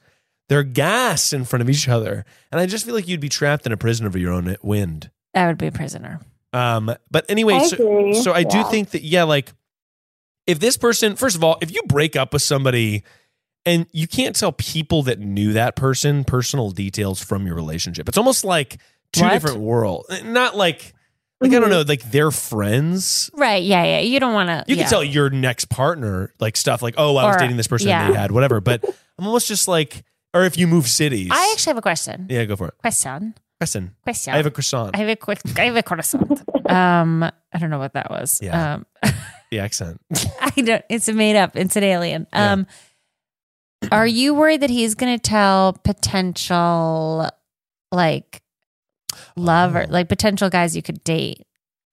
[SPEAKER 1] their gas in front of each other, and I just feel like you'd be trapped in a prison over your own wind.
[SPEAKER 2] I would be a prisoner.
[SPEAKER 1] Um, but anyway,
[SPEAKER 3] I
[SPEAKER 1] so,
[SPEAKER 3] agree.
[SPEAKER 1] so I do
[SPEAKER 3] Yeah.
[SPEAKER 1] think that yeah, like if this person, first of all, if you break up with somebody and you can't tell people that knew that person personal details from your relationship, it's almost like two
[SPEAKER 2] What? Mm-hmm.
[SPEAKER 1] different worlds. Not like like I don't
[SPEAKER 3] Mhm.
[SPEAKER 1] know, like they're friends.
[SPEAKER 2] Right. Yeah. Yeah. You don't want to.
[SPEAKER 1] You
[SPEAKER 2] yeah.
[SPEAKER 1] can tell your next partner like stuff like, oh, I was
[SPEAKER 2] Or-
[SPEAKER 1] dating this person
[SPEAKER 2] yeah.
[SPEAKER 1] and they had whatever. But I'm almost just like, or if you move cities,
[SPEAKER 2] I actually have a question.
[SPEAKER 1] yeah, go for it.
[SPEAKER 2] Question.
[SPEAKER 1] Question.
[SPEAKER 2] Question.
[SPEAKER 1] I have a croissant.
[SPEAKER 2] I have a quick. I have a croissant. um, I don't know what that was.
[SPEAKER 1] Yeah.
[SPEAKER 2] Um,
[SPEAKER 1] the accent.
[SPEAKER 2] I don't. It's made up. It's an alien.
[SPEAKER 1] Yeah.
[SPEAKER 2] Um, are you worried that he's going to tell potential, like, lover,
[SPEAKER 1] Oh.
[SPEAKER 2] like potential guys you could date?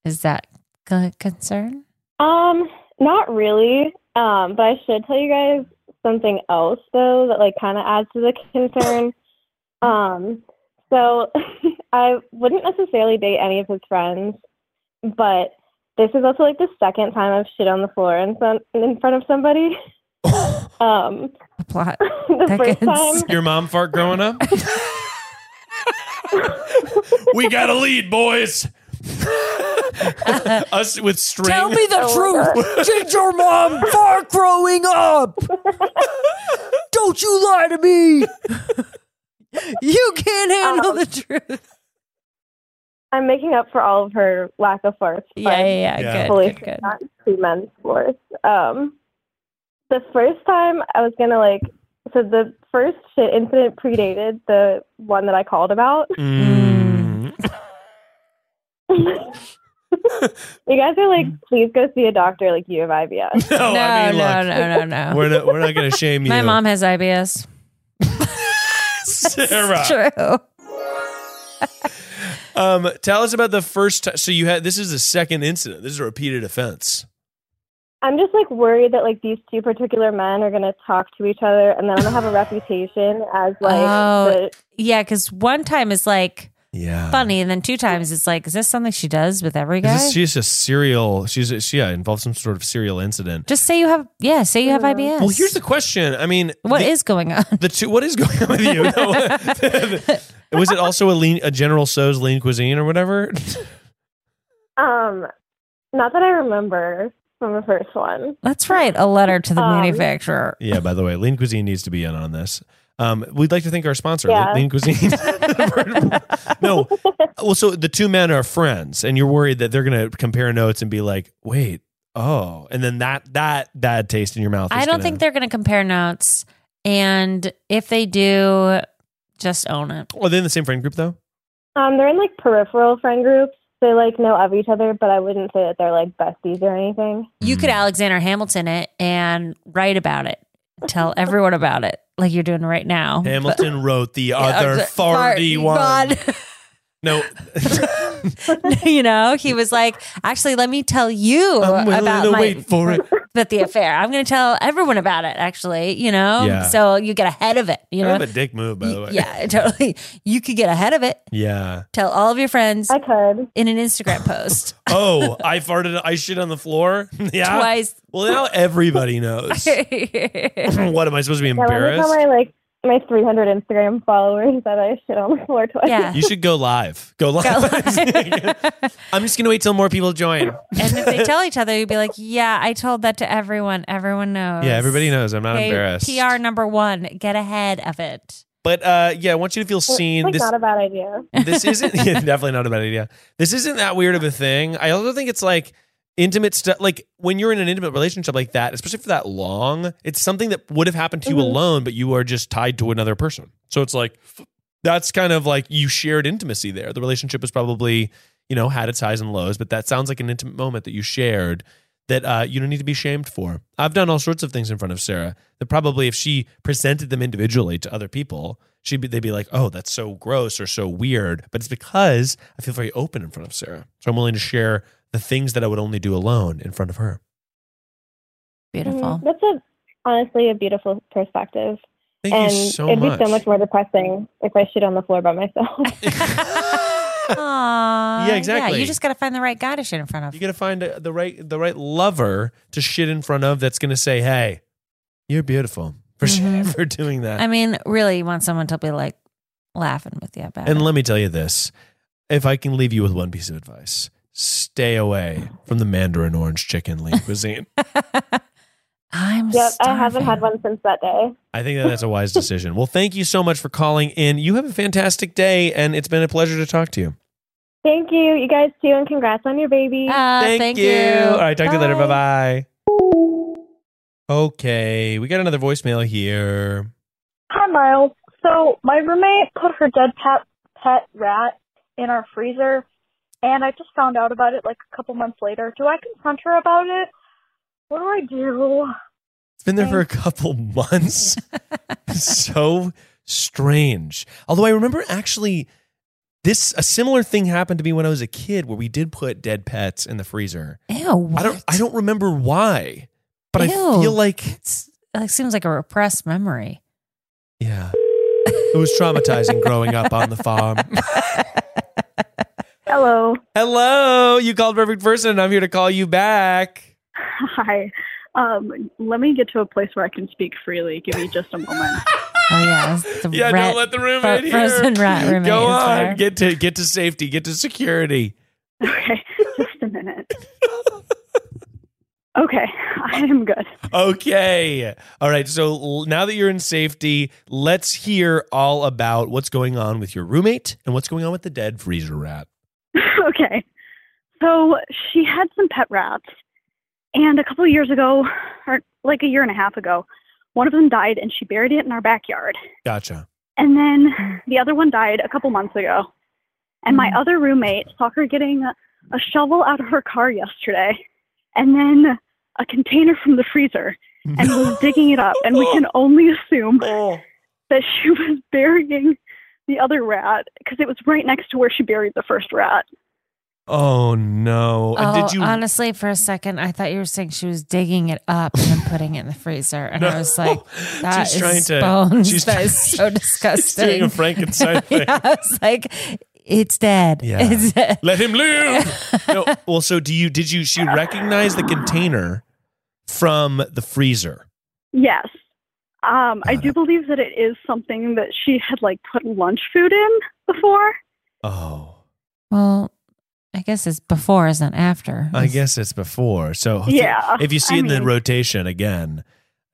[SPEAKER 2] Is that a concern?
[SPEAKER 3] Um, not really. Um, but I should tell you guys something else though that like kind of adds to the concern. um, so I wouldn't necessarily date any of his friends, but this is also like the second time I've shit on the floor in front in front of somebody. um,
[SPEAKER 2] A plot.
[SPEAKER 3] the
[SPEAKER 2] That
[SPEAKER 3] first
[SPEAKER 2] could
[SPEAKER 3] time,
[SPEAKER 1] Your mom fart growing up? we got a lead, boys. Us with string.
[SPEAKER 2] Tell me the
[SPEAKER 3] Oh,
[SPEAKER 2] truth. Did your mom fart growing up? Don't you lie to me. You can't handle the truth.
[SPEAKER 3] um, I'm making up for all of her lack of farts.
[SPEAKER 2] Yeah,
[SPEAKER 3] by
[SPEAKER 2] yeah, yeah.
[SPEAKER 1] Yeah.
[SPEAKER 2] Good,
[SPEAKER 3] Holy
[SPEAKER 2] good,
[SPEAKER 3] shit,
[SPEAKER 2] good.
[SPEAKER 3] not two men's floors. Um, the first time I was gonna like, so the first shit incident predated the one that I called about.
[SPEAKER 1] Mm.
[SPEAKER 3] you guys are
[SPEAKER 2] Mm-hmm.
[SPEAKER 3] like, please go see a doctor. Like you have IBS.
[SPEAKER 1] No,
[SPEAKER 2] No,
[SPEAKER 1] I mean,
[SPEAKER 2] no,
[SPEAKER 1] look,
[SPEAKER 2] no, no, no,
[SPEAKER 1] We're not, we're not going to shame you.
[SPEAKER 2] My mom has IBS.
[SPEAKER 1] Sarah.
[SPEAKER 2] It's true.
[SPEAKER 1] Um, tell us about the first time. So you had this is the second incident. This is a repeated offense.
[SPEAKER 3] I'm just like worried that like these two particular men are gonna talk to each other, and then I'm gonna have a reputation as like
[SPEAKER 2] Oh.
[SPEAKER 3] the
[SPEAKER 2] Yeah, because one time is like
[SPEAKER 1] Yeah,
[SPEAKER 2] funny, and then two times it's like, is this something she does with every
[SPEAKER 1] Is
[SPEAKER 2] guy?
[SPEAKER 1] this- she's a serial. She's a, she yeah, involved some sort of serial incident.
[SPEAKER 2] Just say you have, yeah, say you have IBS.
[SPEAKER 1] Well, here's the question. I mean,
[SPEAKER 2] what
[SPEAKER 1] the,
[SPEAKER 2] is going on?
[SPEAKER 1] the two? What is going on with you? No. Was it also a lean, a General So's lean cuisine or whatever?
[SPEAKER 3] um, not that I remember from the first one.
[SPEAKER 2] Let's write a letter to the
[SPEAKER 3] Um,
[SPEAKER 2] manufacturer.
[SPEAKER 1] Oh, yeah. By the way, lean cuisine needs to be in on this. Um, we'd like to thank our sponsor,
[SPEAKER 3] Yeah.
[SPEAKER 1] Lean Cuisine. no, well, so the two men are friends, and you're worried that they're going to compare notes and be like, "Wait, oh," and then that that bad taste in your mouth.
[SPEAKER 2] I
[SPEAKER 1] is
[SPEAKER 2] don't
[SPEAKER 1] gonna-
[SPEAKER 2] think they're going to compare notes. And if they do, just own it.
[SPEAKER 1] Are they in the same friend group though?
[SPEAKER 3] Um, they're in like peripheral friend groups. They like know of each other, but I wouldn't say that they're like besties or anything.
[SPEAKER 2] You
[SPEAKER 1] Hmm.
[SPEAKER 2] could Alexander Hamilton it and write about it. Tell everyone about it, like you're doing right now.
[SPEAKER 1] Hamilton wrote the
[SPEAKER 2] But-
[SPEAKER 1] other
[SPEAKER 2] Yeah,
[SPEAKER 1] farty one. No,
[SPEAKER 2] you know, he was like, actually, let me tell you
[SPEAKER 1] I'm willing
[SPEAKER 2] about
[SPEAKER 1] to
[SPEAKER 2] my
[SPEAKER 1] wait for it.
[SPEAKER 2] about the affair. I'm going to tell everyone about it. Actually, you know,
[SPEAKER 1] Yeah.
[SPEAKER 2] so you get ahead of it. You know,
[SPEAKER 1] Kind of a dick move, by the way.
[SPEAKER 2] yeah, totally. You could get ahead of it.
[SPEAKER 1] Yeah.
[SPEAKER 2] Tell all of your friends
[SPEAKER 3] I could.
[SPEAKER 2] in an Instagram post
[SPEAKER 1] Oh, I farted. I shit on the floor. Yeah.
[SPEAKER 2] twice.
[SPEAKER 1] Well, now everybody knows. what am I supposed to be
[SPEAKER 3] Yeah, let me
[SPEAKER 1] embarrassed?
[SPEAKER 3] tell my like my 300 Instagram followers that I shit on the floor twice.
[SPEAKER 2] yeah.
[SPEAKER 1] You should go live. Go live. I'm just gonna wait till more people join.
[SPEAKER 2] and if they tell each other, you'd be like, "Yeah, I told that to everyone. Everyone knows."
[SPEAKER 1] Yeah, everybody knows. I'm not
[SPEAKER 2] Okay,
[SPEAKER 1] embarrassed.
[SPEAKER 2] PR number one: get ahead of it.
[SPEAKER 1] But uh, yeah, I want you to feel
[SPEAKER 3] It's
[SPEAKER 1] seen.
[SPEAKER 3] like
[SPEAKER 1] this
[SPEAKER 3] not a bad idea.
[SPEAKER 1] this isn't yeah, definitely not a bad idea. This isn't that weird of a thing. I also think it's like intimate stuff. Like when you're in an intimate relationship like that, especially for that long, it's something that would have happened to you
[SPEAKER 3] Mhm.
[SPEAKER 1] alone, but you are just tied to another person. So it's like that's kind of like you shared intimacy there. The relationship is probably you know had its highs and lows, but that sounds like an intimate moment that you shared. That uh, you don't need to be shamed for. I've done all sorts of things in front of Sarah that probably, if she presented them individually to other people, she'd be, they'd be like, "Oh, that's so gross or so weird." But it's because I feel very open in front of Sarah, so I'm willing to share the things that I would only do alone in front of her.
[SPEAKER 2] Beautiful.
[SPEAKER 3] Mhm. That's a honestly a beautiful perspective.
[SPEAKER 1] Thank
[SPEAKER 3] and
[SPEAKER 1] you so
[SPEAKER 3] it'd
[SPEAKER 1] much.
[SPEAKER 3] be so much more depressing if I shit on the floor by myself.
[SPEAKER 2] Aw,
[SPEAKER 1] Yeah, exactly.
[SPEAKER 2] you just got to find the right guy to shit in front of.
[SPEAKER 1] You got to find uh, the right the right lover to shit in front of that's going to say, "Hey, you're beautiful for
[SPEAKER 3] Mm-hmm.
[SPEAKER 1] for doing that."
[SPEAKER 2] I mean, really, you want someone to be like laughing with you about
[SPEAKER 1] and
[SPEAKER 2] it.
[SPEAKER 1] let me tell you this: if I can leave you with one piece of advice, stay away from the Mandarin orange chicken lean cuisine.
[SPEAKER 2] I'm
[SPEAKER 3] Yep, I haven't had
[SPEAKER 2] starving.
[SPEAKER 3] one since that day.
[SPEAKER 1] I think that that's a wise decision. Well, thank you so much for calling in. You have a fantastic day, and it's been a pleasure to talk to you.
[SPEAKER 3] Thank you, you guys too, and congrats on your baby.
[SPEAKER 2] Ah, thank you.
[SPEAKER 1] All right, talk to you later. Bye bye. Okay, we got another voicemail here.
[SPEAKER 3] Hi, Miles. So my roommate put her dead pet pet rat in our freezer, and I just found out about it like a couple months later. Do I confront her about it? What do I do?
[SPEAKER 1] It's been there for a couple months. It's so strange. Although I remember actually this a similar thing happened to me when I was a kid where we did put dead pets in the freezer.
[SPEAKER 2] Ew. What?
[SPEAKER 1] I don't I don't remember why, but I
[SPEAKER 2] Ew.
[SPEAKER 1] feel like
[SPEAKER 2] It's, it seems like a repressed memory.
[SPEAKER 1] yeah. It was traumatizing growing up on the farm.
[SPEAKER 3] Hello.
[SPEAKER 1] Hello, you called perfect person and I'm here to call you back.
[SPEAKER 5] Hi. Um, let me get to a place where I can speak freely. Give me just a moment.
[SPEAKER 2] Oh yeah, it's the
[SPEAKER 1] Yeah,
[SPEAKER 2] rat-
[SPEAKER 1] don't let the roommate
[SPEAKER 2] fro-
[SPEAKER 1] hear.
[SPEAKER 2] frozen rat roommate
[SPEAKER 1] Go
[SPEAKER 2] is
[SPEAKER 1] on,
[SPEAKER 2] there.
[SPEAKER 1] get to get to safety, get to security.
[SPEAKER 5] Okay, just a minute. Okay, I am good.
[SPEAKER 1] Okay. All right. So l- now that you're in safety, let's hear all about what's going on with your roommate and what's going on with the dead freezer rat.
[SPEAKER 5] okay. So she had some pet rats, and a couple of years ago, or like a year and a half ago, one of them died, and she buried it in our backyard.
[SPEAKER 1] Gotcha.
[SPEAKER 5] And then the other one died a couple months ago. And
[SPEAKER 1] Mm.
[SPEAKER 5] my other roommate saw her getting a shovel out of her car yesterday and then a container from the freezer and was digging it up. And we can only assume that she was burying the other rat because it was right next to where she buried the first rat.
[SPEAKER 1] Oh no!
[SPEAKER 2] Oh,
[SPEAKER 1] And did you?
[SPEAKER 2] honestly, for a second, I thought you were saying she was digging it up and then putting it in the freezer, and I was like, "That is
[SPEAKER 1] She's trying to-
[SPEAKER 2] bones.
[SPEAKER 1] she's-
[SPEAKER 2] that is so
[SPEAKER 1] She's doing
[SPEAKER 2] disgusting."
[SPEAKER 1] a Frankenstein thing.
[SPEAKER 2] yeah, I was like, "It's dead.
[SPEAKER 1] Yeah.
[SPEAKER 2] It's dead.
[SPEAKER 1] Let him live. no, well, so do you? Did you? She recognized the container from the freezer.
[SPEAKER 5] Yes. Um, I
[SPEAKER 1] Got
[SPEAKER 5] do
[SPEAKER 1] it.
[SPEAKER 5] believe that it is something that she had like put lunch food in before.
[SPEAKER 1] Oh,
[SPEAKER 2] Well, I guess it's before, isn't after?
[SPEAKER 1] I guess it's before. So
[SPEAKER 5] Yeah,
[SPEAKER 1] if you see
[SPEAKER 5] I
[SPEAKER 1] it in the
[SPEAKER 5] mean-
[SPEAKER 1] rotation again,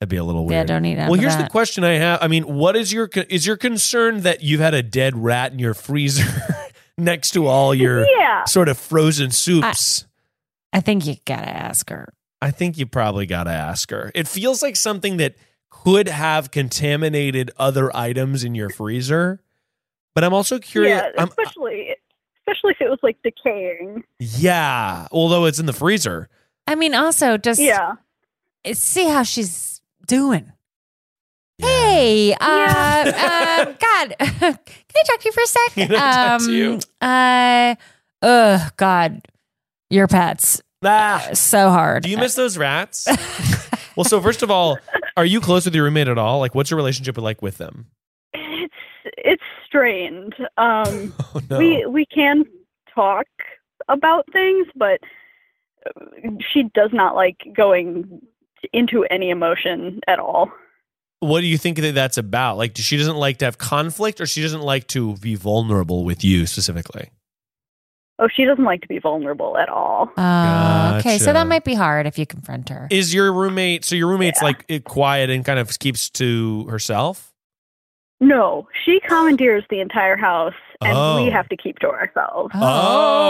[SPEAKER 1] that'd be a little
[SPEAKER 2] Yeah,
[SPEAKER 1] weird.
[SPEAKER 2] don't eat after
[SPEAKER 1] Well, here's
[SPEAKER 2] that.
[SPEAKER 1] the question I have. I mean, what is your co- is your concern that you've had a dead rat in your freezer next to all your
[SPEAKER 5] Yeah.
[SPEAKER 1] sort of frozen soups?
[SPEAKER 2] I think you gotta ask her.
[SPEAKER 1] I, think you probably got to ask her. It feels like something that could have contaminated other items in your freezer. But I'm also curious. Um, uh
[SPEAKER 5] Yeah,
[SPEAKER 1] I'm,
[SPEAKER 5] especially especially if it was like decaying.
[SPEAKER 1] yeah, although it's in the freezer.
[SPEAKER 2] I mean, also just
[SPEAKER 5] Yeah.
[SPEAKER 2] see how she's doing. Hey, uh, um, God, can I talk to you for a sec?
[SPEAKER 1] Can I talk to you?
[SPEAKER 2] Uh, ugh, God, your pets
[SPEAKER 1] Ah.
[SPEAKER 2] so hard.
[SPEAKER 1] Do you miss those rats? well, so first of all, are you close with your roommate at all? Like, what's your relationship like with them?
[SPEAKER 5] It's it's strained. Um
[SPEAKER 1] Oh no.
[SPEAKER 5] we we can talk about things, but uh, she does not like going into any emotion at all.
[SPEAKER 1] what do you think that that's about? Like, she doesn't like to have conflict, or she doesn't like to be vulnerable with you specifically.
[SPEAKER 5] Oh, she doesn't like to be vulnerable at all.
[SPEAKER 2] Oh, okay, so
[SPEAKER 1] Gotcha.
[SPEAKER 2] that might be hard if you confront her.
[SPEAKER 1] Is your roommate? So your roommate's like like quiet and kind of keeps to herself.
[SPEAKER 5] No, she commandeers the entire house and
[SPEAKER 1] Oh.
[SPEAKER 5] we have to keep to ourselves.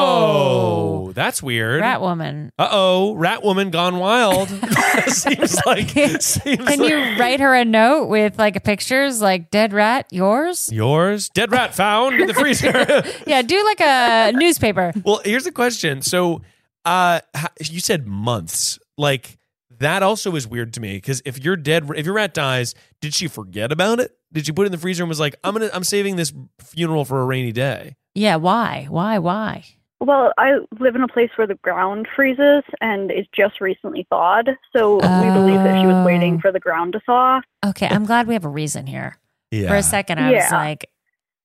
[SPEAKER 1] Oh, that's weird.
[SPEAKER 2] Oh. rat woman.
[SPEAKER 1] uh oh, rat woman gone wild. seems like seems
[SPEAKER 2] Can
[SPEAKER 1] like-
[SPEAKER 2] you write her a note with like pictures, like dead rat, yours?
[SPEAKER 1] yours dead rat found in the freezer.
[SPEAKER 2] Yeah, do like a newspaper.
[SPEAKER 1] Well, here's the question. So, uh, how- you said months. Like that also is weird to me because if your dead, if your rat dies, did she forget about it? Did she put it in the freezer and was like, "I'm gonna, I'm saving this funeral for a rainy day"?
[SPEAKER 2] Yeah, why, why, why?
[SPEAKER 5] Well, I live in a place where the ground freezes and is just recently thawed, so we believe that she was
[SPEAKER 2] Oh.
[SPEAKER 5] waiting for the ground to thaw.
[SPEAKER 2] Okay, I'm glad we have a reason here.
[SPEAKER 1] Yeah.
[SPEAKER 2] For a second, I was
[SPEAKER 5] Yeah.
[SPEAKER 2] like,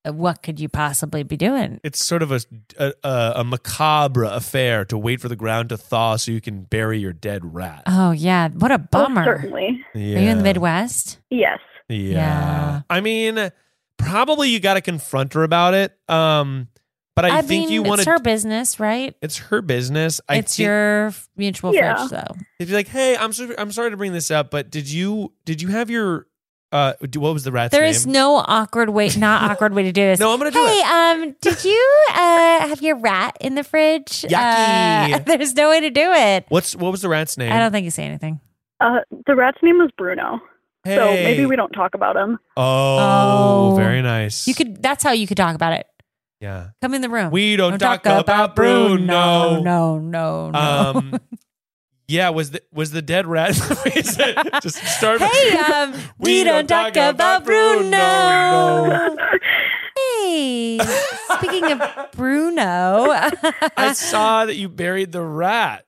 [SPEAKER 2] what could you possibly be doing?
[SPEAKER 1] It's sort of a, a a a macabre affair to wait for the ground to thaw so you can bury your dead rat.
[SPEAKER 2] Oh yeah, what a
[SPEAKER 5] Oh,
[SPEAKER 2] bummer.
[SPEAKER 5] certainly.
[SPEAKER 1] yeah.
[SPEAKER 2] Are you in the Midwest?
[SPEAKER 5] Yes.
[SPEAKER 1] Yeah.
[SPEAKER 2] Yeah.
[SPEAKER 1] I mean, probably you got to confront her about it. Um, but I, think
[SPEAKER 2] mean,
[SPEAKER 1] you want
[SPEAKER 2] it's
[SPEAKER 1] to.
[SPEAKER 2] her business, right?
[SPEAKER 1] it's her business. I
[SPEAKER 2] it's
[SPEAKER 1] think-
[SPEAKER 2] your f- mutual
[SPEAKER 5] Yeah.
[SPEAKER 2] fridge, though.
[SPEAKER 1] If you're like, hey, I'm so, I'm sorry to bring this up, but did you did you have your uh do- what was the rat's
[SPEAKER 2] There
[SPEAKER 1] name?
[SPEAKER 2] is no awkward way, not awkward way to do this.
[SPEAKER 1] No, I'm gonna do
[SPEAKER 2] hey,
[SPEAKER 1] it.
[SPEAKER 2] um, did you uh have your rat in the fridge?
[SPEAKER 1] Yucky.
[SPEAKER 2] Uh, there's no way to do it.
[SPEAKER 1] What's what was the rat's name?
[SPEAKER 2] I don't think you say anything.
[SPEAKER 5] Uh, the rat's name was Bruno,
[SPEAKER 1] hey.
[SPEAKER 5] so maybe we don't talk about him.
[SPEAKER 1] Oh,
[SPEAKER 2] Oh.
[SPEAKER 1] very nice.
[SPEAKER 2] You could. That's how you could talk about it.
[SPEAKER 1] Yeah.
[SPEAKER 2] Come in the room.
[SPEAKER 1] We don't talk about Bruno.
[SPEAKER 2] No, no, no.
[SPEAKER 1] Um Yeah, was the was the dead rat just start
[SPEAKER 2] hey, um, we, don't, talk, about Bruno. Hey, speaking of uh, Bruno,
[SPEAKER 1] I saw that you buried the rat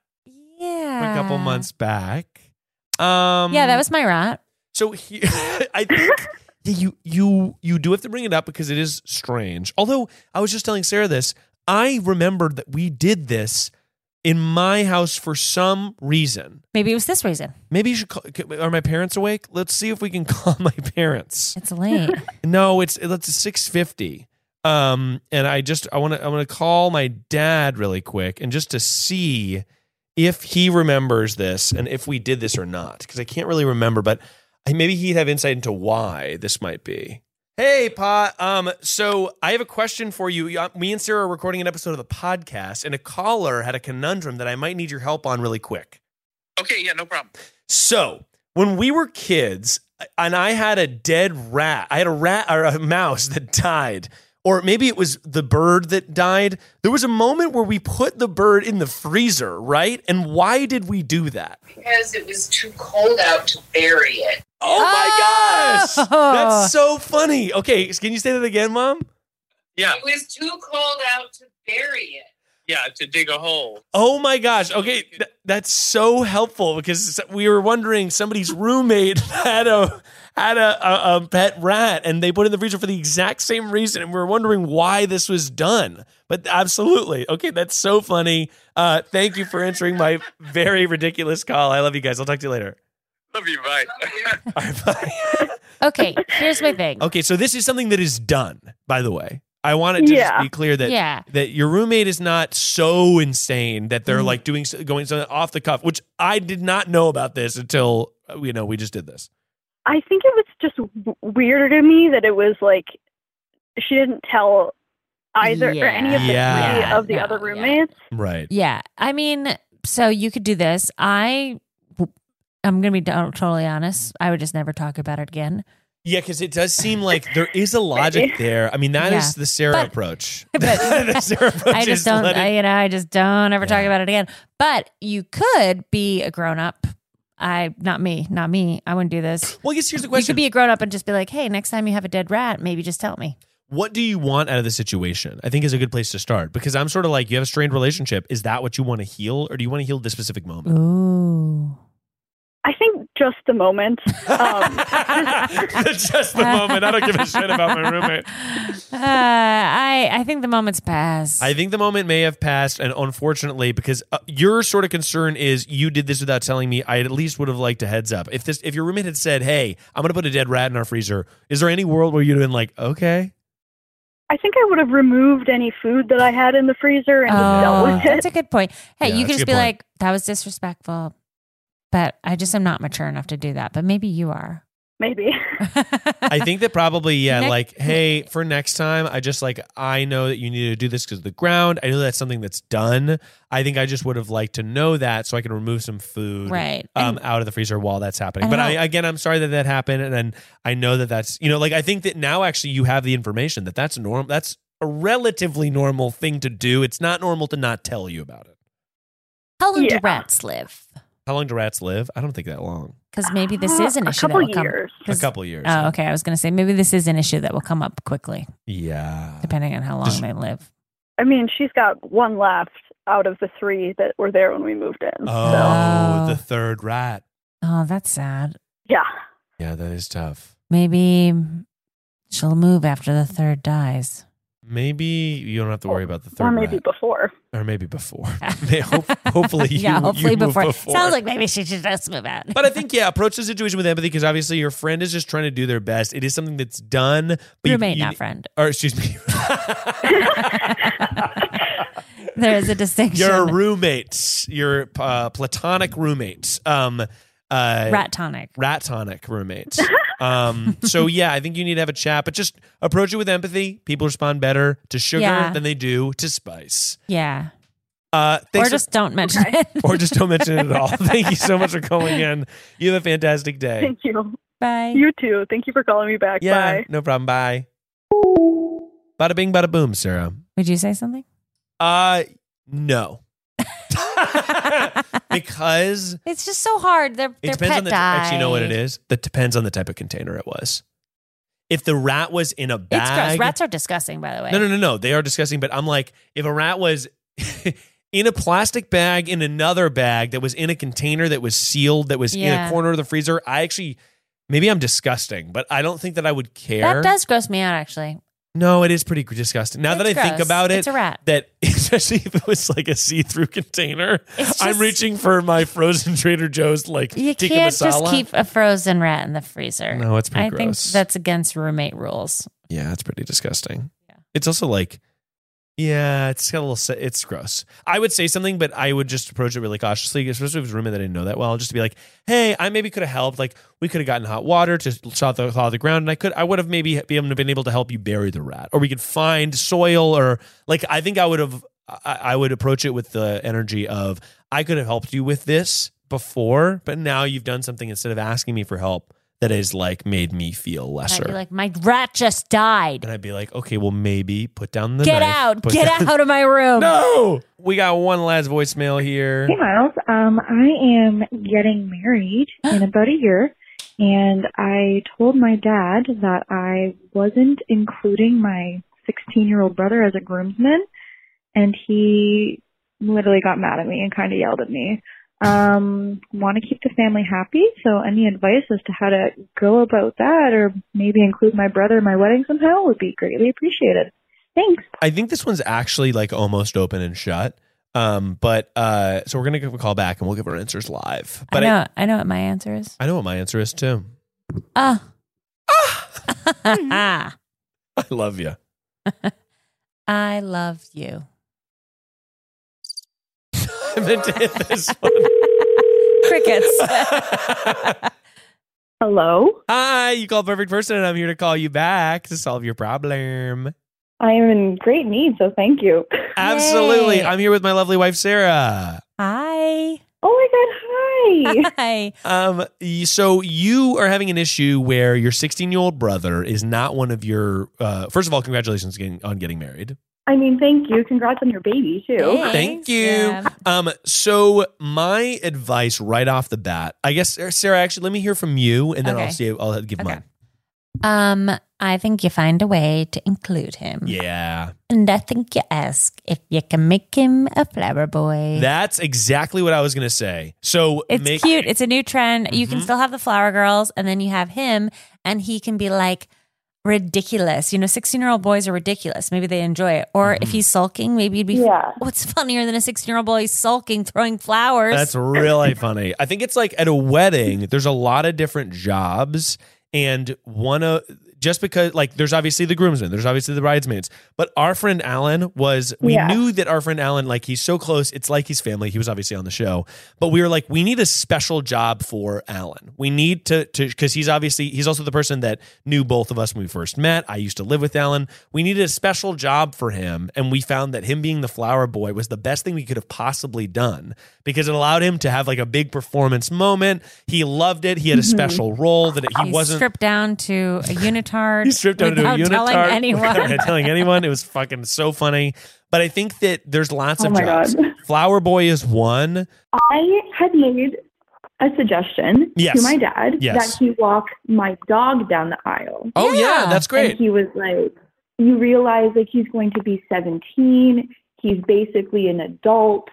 [SPEAKER 2] yeah,
[SPEAKER 1] a couple months back. Um
[SPEAKER 2] Uh. Yeah, that was my rat.
[SPEAKER 1] So he, I think yeah, you you you do have to bring it up because it is strange. Although I was just telling Sarah this, I remembered that we did this in my house for some reason.
[SPEAKER 2] Maybe it was this reason.
[SPEAKER 1] Maybe you should call, are my parents awake? Let's see if we can call my parents.
[SPEAKER 2] It's late.
[SPEAKER 1] No, it's it's six fifty. Um, and I just I want to I want to call my dad really quick and just to see if he remembers this and if we did this or not because I can't really remember, but I, maybe he'd have insight into why this might be. Hey, Pa. Um, so I have a question for you. Yeah, Me and Sarah are recording an episode of the podcast, and a caller had a conundrum that I might need your help on really quick.
[SPEAKER 6] Okay, yeah, no problem.
[SPEAKER 1] So when we were kids, and I had a dead rat, I had a rat or a mouse that died, or maybe it was the bird that died. There was a moment where we put the bird in the freezer, right? And why did we do that?
[SPEAKER 6] Because it was too cold out to bury it.
[SPEAKER 1] Oh my gosh!
[SPEAKER 2] Oh.
[SPEAKER 1] That's so funny. Okay, can you say that again, Mom?
[SPEAKER 6] Yeah. It was too cold out to bury it. Yeah, to dig a hole.
[SPEAKER 1] Oh my gosh. Okay. th- that's so helpful because we were wondering somebody's roommate had a had a, a, a pet rat and they put it in the freezer for the exact same reason. And we were wondering why this was done. But absolutely. Okay. That's so funny. Uh, thank you for answering my very ridiculous call. I love you guys. I'll talk to you later.
[SPEAKER 6] Love you, bye.
[SPEAKER 1] All right, bye.
[SPEAKER 2] okay, here's my thing.
[SPEAKER 1] okay. So this is something that is done, by the way. I want it to just
[SPEAKER 5] Yeah.
[SPEAKER 1] be clear that
[SPEAKER 2] yeah,
[SPEAKER 1] that your roommate is not so insane that they're
[SPEAKER 2] Mhm.
[SPEAKER 1] like doing going something off the cuff, which I did not know about this until uh, you know we just did this.
[SPEAKER 5] I think it was just w- weirder to me that it was like she didn't tell either or any of the
[SPEAKER 1] Yeah.
[SPEAKER 5] three
[SPEAKER 2] Yeah.
[SPEAKER 5] of the
[SPEAKER 2] No,
[SPEAKER 5] other
[SPEAKER 2] yeah.
[SPEAKER 5] roommates.
[SPEAKER 1] Right.
[SPEAKER 2] yeah. I mean, so you could do this. I, I'm gonna be to- totally honest. I would just never talk about it again.
[SPEAKER 1] Yeah, because it does seem like there is a logic
[SPEAKER 5] Maybe.
[SPEAKER 1] there. I mean, that is
[SPEAKER 2] Yeah.
[SPEAKER 1] the Sarah
[SPEAKER 2] But-
[SPEAKER 1] approach.
[SPEAKER 2] but
[SPEAKER 1] the Sarah approach
[SPEAKER 2] I
[SPEAKER 1] is
[SPEAKER 2] just don't,
[SPEAKER 1] let it-
[SPEAKER 2] I, you know, I just don't ever talk
[SPEAKER 1] Yeah.
[SPEAKER 2] about it again. But you could be a grown up. I, not me, not me. I wouldn't do this.
[SPEAKER 1] well, I guess here's the
[SPEAKER 2] You could
[SPEAKER 1] question:
[SPEAKER 2] be a grown up and just be like, hey, next time you have a dead rat, maybe just tell me.
[SPEAKER 1] What do you want out of the situation? I think is a good place to start because I'm sort of like you have a strained relationship. Is that what you want to heal, or do you want to heal this specific moment?
[SPEAKER 2] Ooh.
[SPEAKER 5] I think just the moment. Um,
[SPEAKER 2] Uh,
[SPEAKER 1] just the moment. I don't give a shit about my roommate.
[SPEAKER 2] Uh, I, I think the moment's passed.
[SPEAKER 1] I think the moment may have passed, and unfortunately, because uh, your sort of concern is you did this without telling me, I at least would have liked a heads up. If this, if your roommate had said, "Hey, I'm gonna put a dead rat in our freezer," is there any world where you'd have been like, "Okay,
[SPEAKER 5] I think I would have removed any food that I had in the freezer and just dealt
[SPEAKER 2] Oh,
[SPEAKER 5] with it.
[SPEAKER 2] that's a good point. Hey,
[SPEAKER 1] Yeah,
[SPEAKER 2] you
[SPEAKER 1] that's a
[SPEAKER 2] could just
[SPEAKER 1] good
[SPEAKER 2] be
[SPEAKER 1] point.
[SPEAKER 2] like, that was disrespectful, but I just am not mature enough to do that. But maybe you are.
[SPEAKER 5] Maybe.
[SPEAKER 1] I think that probably yeah,
[SPEAKER 2] Next-
[SPEAKER 1] like hey, for next time, I just like I know that you need to do this because the ground. I know that's something that's done. I think I just would have liked to know that so I can remove some food,
[SPEAKER 2] Right.
[SPEAKER 1] um, out of the freezer while that's happening.
[SPEAKER 2] I
[SPEAKER 1] But
[SPEAKER 2] know.
[SPEAKER 1] I, again, I'm sorry that that happened, and then I know that that's you know like I think that now actually you have the information that that's normal. That's a relatively normal thing to do. It's not normal to not tell you about it.
[SPEAKER 2] How long do
[SPEAKER 5] Yeah.
[SPEAKER 2] rats live?
[SPEAKER 1] How long do rats live? I don't think that long.
[SPEAKER 2] Because maybe this is an
[SPEAKER 5] Uh, a
[SPEAKER 2] issue.
[SPEAKER 5] couple
[SPEAKER 2] that will come-
[SPEAKER 5] years.
[SPEAKER 1] A
[SPEAKER 2] 'cause-
[SPEAKER 1] couple years.
[SPEAKER 2] Oh, okay. I was going to say maybe this is an issue that will come up quickly,
[SPEAKER 1] Yeah.
[SPEAKER 2] depending on how long
[SPEAKER 1] Just-
[SPEAKER 2] they live.
[SPEAKER 5] I mean, she's got one left out of the three that were there when we moved in.
[SPEAKER 1] Oh,
[SPEAKER 2] So-
[SPEAKER 1] the third rat.
[SPEAKER 2] Oh, that's sad.
[SPEAKER 5] Yeah.
[SPEAKER 1] Yeah, that is tough.
[SPEAKER 2] Maybe She'll move after the third dies.
[SPEAKER 1] Maybe you don't have to worry about the third
[SPEAKER 5] or maybe
[SPEAKER 1] rat.
[SPEAKER 5] before.
[SPEAKER 1] or maybe before. May- hope- hopefully, you,
[SPEAKER 2] yeah, hopefully
[SPEAKER 1] you move
[SPEAKER 2] before.
[SPEAKER 1] before.
[SPEAKER 2] Sounds like maybe she should just move out.
[SPEAKER 1] But uh, I think yeah, approach the situation with empathy because obviously your friend is just trying to do their best. It is something that's done. But you-
[SPEAKER 2] roommate,
[SPEAKER 1] you-
[SPEAKER 2] not friend.
[SPEAKER 1] Or excuse me,
[SPEAKER 2] There is a distinction.
[SPEAKER 1] your roommates, your uh, platonic roommates, um, uh,
[SPEAKER 2] rat tonic.
[SPEAKER 1] rat tonic roommates. um, so yeah, I think you need to have a chat, but just approach it with empathy. People respond better to sugar
[SPEAKER 2] Yeah.
[SPEAKER 1] than they do to spice.
[SPEAKER 2] Yeah.
[SPEAKER 1] Uh,
[SPEAKER 2] Or
[SPEAKER 1] thanks
[SPEAKER 2] just don't mention it.
[SPEAKER 1] or just don't mention it at all. Thank you so much for calling in. You have a fantastic day.
[SPEAKER 5] Thank you.
[SPEAKER 2] Bye.
[SPEAKER 5] You too. Thank you for calling me back.
[SPEAKER 1] Yeah,
[SPEAKER 5] Bye.
[SPEAKER 1] no problem. Bye. Bada bing, bada boom, Sarah.
[SPEAKER 2] Would you say something?
[SPEAKER 1] Uh, no. because
[SPEAKER 2] It's just so hard. Their,
[SPEAKER 1] it
[SPEAKER 2] their
[SPEAKER 1] depends
[SPEAKER 2] pet
[SPEAKER 1] on the.
[SPEAKER 2] died.
[SPEAKER 1] Actually, you know what it is? That depends on the type of container it was. If the rat was in a
[SPEAKER 2] It's
[SPEAKER 1] bag,
[SPEAKER 2] gross. Rats are disgusting, by the way.
[SPEAKER 1] no, no, no, no. They are disgusting. But I'm like, if a rat was. In a plastic bag, in another bag that was in a container that was sealed, that was in
[SPEAKER 2] Yeah.
[SPEAKER 1] a corner of the freezer. I actually, maybe I'm disgusting, but I don't think that I would care.
[SPEAKER 2] That does gross me out, actually.
[SPEAKER 1] No, it is pretty disgusting. Now that I
[SPEAKER 2] It's
[SPEAKER 1] think
[SPEAKER 2] gross.
[SPEAKER 1] about it,
[SPEAKER 2] It's a rat.
[SPEAKER 1] That especially if it was like a see-through container,
[SPEAKER 2] It's just-
[SPEAKER 1] I'm reaching for my frozen Trader Joe's like
[SPEAKER 2] You
[SPEAKER 1] tikka
[SPEAKER 2] can't
[SPEAKER 1] masala.
[SPEAKER 2] just keep a frozen rat in the freezer.
[SPEAKER 1] No, it's pretty
[SPEAKER 2] I think
[SPEAKER 1] gross.
[SPEAKER 2] that's against roommate rules.
[SPEAKER 1] yeah, it's pretty disgusting.
[SPEAKER 2] Yeah.
[SPEAKER 1] It's also like, yeah, it's got a little. se- It's gross. I would say something, but I would just approach it really cautiously, especially if it was a roommate that I didn't know that well. Just to be like, hey, I maybe could have helped. Like we could have gotten hot water to thaw the, thaw the ground, and I could, I would have maybe been been able to help you bury the rat, or we could find soil, or like I think I would have. I, I would approach it with the energy of I could have helped you with this before, but now you've done something instead of asking me for help that has like made me feel lesser.
[SPEAKER 2] I'd be like, my rat just died.
[SPEAKER 1] And I'd be like, okay, well, maybe put down the
[SPEAKER 2] Get
[SPEAKER 1] knife,
[SPEAKER 2] out.
[SPEAKER 1] put
[SPEAKER 2] Get
[SPEAKER 1] down-
[SPEAKER 2] out of my room.
[SPEAKER 1] No, we got one last voicemail here.
[SPEAKER 3] Miles. Um, I am getting married in about a year, and I told my dad that I wasn't including my 16 year old brother as a groomsman, and he literally got mad at me and kind of yelled at me. Um, want to keep the family happy, so any advice as to how to go about that, or maybe include my brother in my wedding somehow, would be greatly appreciated. Thanks.
[SPEAKER 1] I think this one's actually like almost open and shut. Um, but uh, so we're gonna give a call back and we'll give our answers live. But
[SPEAKER 2] I
[SPEAKER 1] I,
[SPEAKER 2] know. I, know what my answer is.
[SPEAKER 1] I know what my answer is too.
[SPEAKER 2] Ah. Ah.
[SPEAKER 1] I love you.
[SPEAKER 2] I love you.
[SPEAKER 1] I meant to hit this one.
[SPEAKER 2] Crickets.
[SPEAKER 3] Hello.
[SPEAKER 1] Hi, you called perfect person, and I'm here to call you back to solve your problem.
[SPEAKER 3] I am in great need, so thank you.
[SPEAKER 1] Absolutely,
[SPEAKER 2] Yay.
[SPEAKER 1] I'm here with my lovely wife Sarah.
[SPEAKER 2] Hi.
[SPEAKER 3] Oh my god, hi.
[SPEAKER 2] Hi.
[SPEAKER 1] Um, y- so you are having an issue where your 16 year old brother is not one of your. Uh, first of all, congratulations again on getting married.
[SPEAKER 5] I mean, thank you. Congrats on your baby too.
[SPEAKER 1] Thank
[SPEAKER 2] Thanks.
[SPEAKER 1] you.
[SPEAKER 2] Yeah.
[SPEAKER 1] Um, so my advice right off the bat, I guess, Sarah. Actually, let me hear from you, and then I'll
[SPEAKER 2] Okay.
[SPEAKER 1] see. I'll give
[SPEAKER 2] Okay.
[SPEAKER 1] mine.
[SPEAKER 2] Um, I think you find a way to include him.
[SPEAKER 1] Yeah,
[SPEAKER 2] And I think you ask if you can make him a flower boy.
[SPEAKER 1] that's exactly what I was gonna say. So
[SPEAKER 2] it's
[SPEAKER 1] make
[SPEAKER 2] cute. It's a new trend. You can
[SPEAKER 1] Mhm.
[SPEAKER 2] still have the flower girls, and then you have him, and he can be like ridiculous. You know, 16 year old boys are ridiculous. Maybe they enjoy it. Or if
[SPEAKER 1] Mhm.
[SPEAKER 2] he's sulking, maybe it'd be
[SPEAKER 5] Yeah.
[SPEAKER 2] what's funnier than a 16 year old boy sulking, throwing flowers?
[SPEAKER 1] That's really funny. I think it's like at a wedding, there's a lot of different jobs, and one of just because like there's obviously the groomsmen, there's obviously the bridesmaids, but our friend Alan was we
[SPEAKER 5] Yeah.
[SPEAKER 1] knew that our friend Alan like he's so close, it's like he's family. He was obviously on the show, but we were like we need a special job for Alan. We need to to because he's obviously he's also the person that knew both of us when we first met. I used to live with Alan. We needed a special job for him, and we found that him being the flower boy was the best thing we could have possibly done because it allowed him to have like a big performance moment. He loved it. He had a special role that he
[SPEAKER 2] He's
[SPEAKER 1] wasn't.
[SPEAKER 2] stripped down to a unitard.
[SPEAKER 1] He stripped down to a
[SPEAKER 2] without
[SPEAKER 1] unitard.
[SPEAKER 2] telling anyone.
[SPEAKER 1] without telling anyone. It was fucking so funny. But I think that there's lots
[SPEAKER 5] Oh
[SPEAKER 1] of
[SPEAKER 5] my
[SPEAKER 1] jobs.
[SPEAKER 5] God.
[SPEAKER 1] Flower boy is one.
[SPEAKER 5] I had made a suggestion
[SPEAKER 1] Yes.
[SPEAKER 5] to my dad
[SPEAKER 1] Yes.
[SPEAKER 5] that he walk my dog down the aisle.
[SPEAKER 1] Oh yeah,
[SPEAKER 2] Yeah.
[SPEAKER 1] that's
[SPEAKER 5] And
[SPEAKER 1] great.
[SPEAKER 5] he was like, you realize like he's going to be 17. He's basically an adult.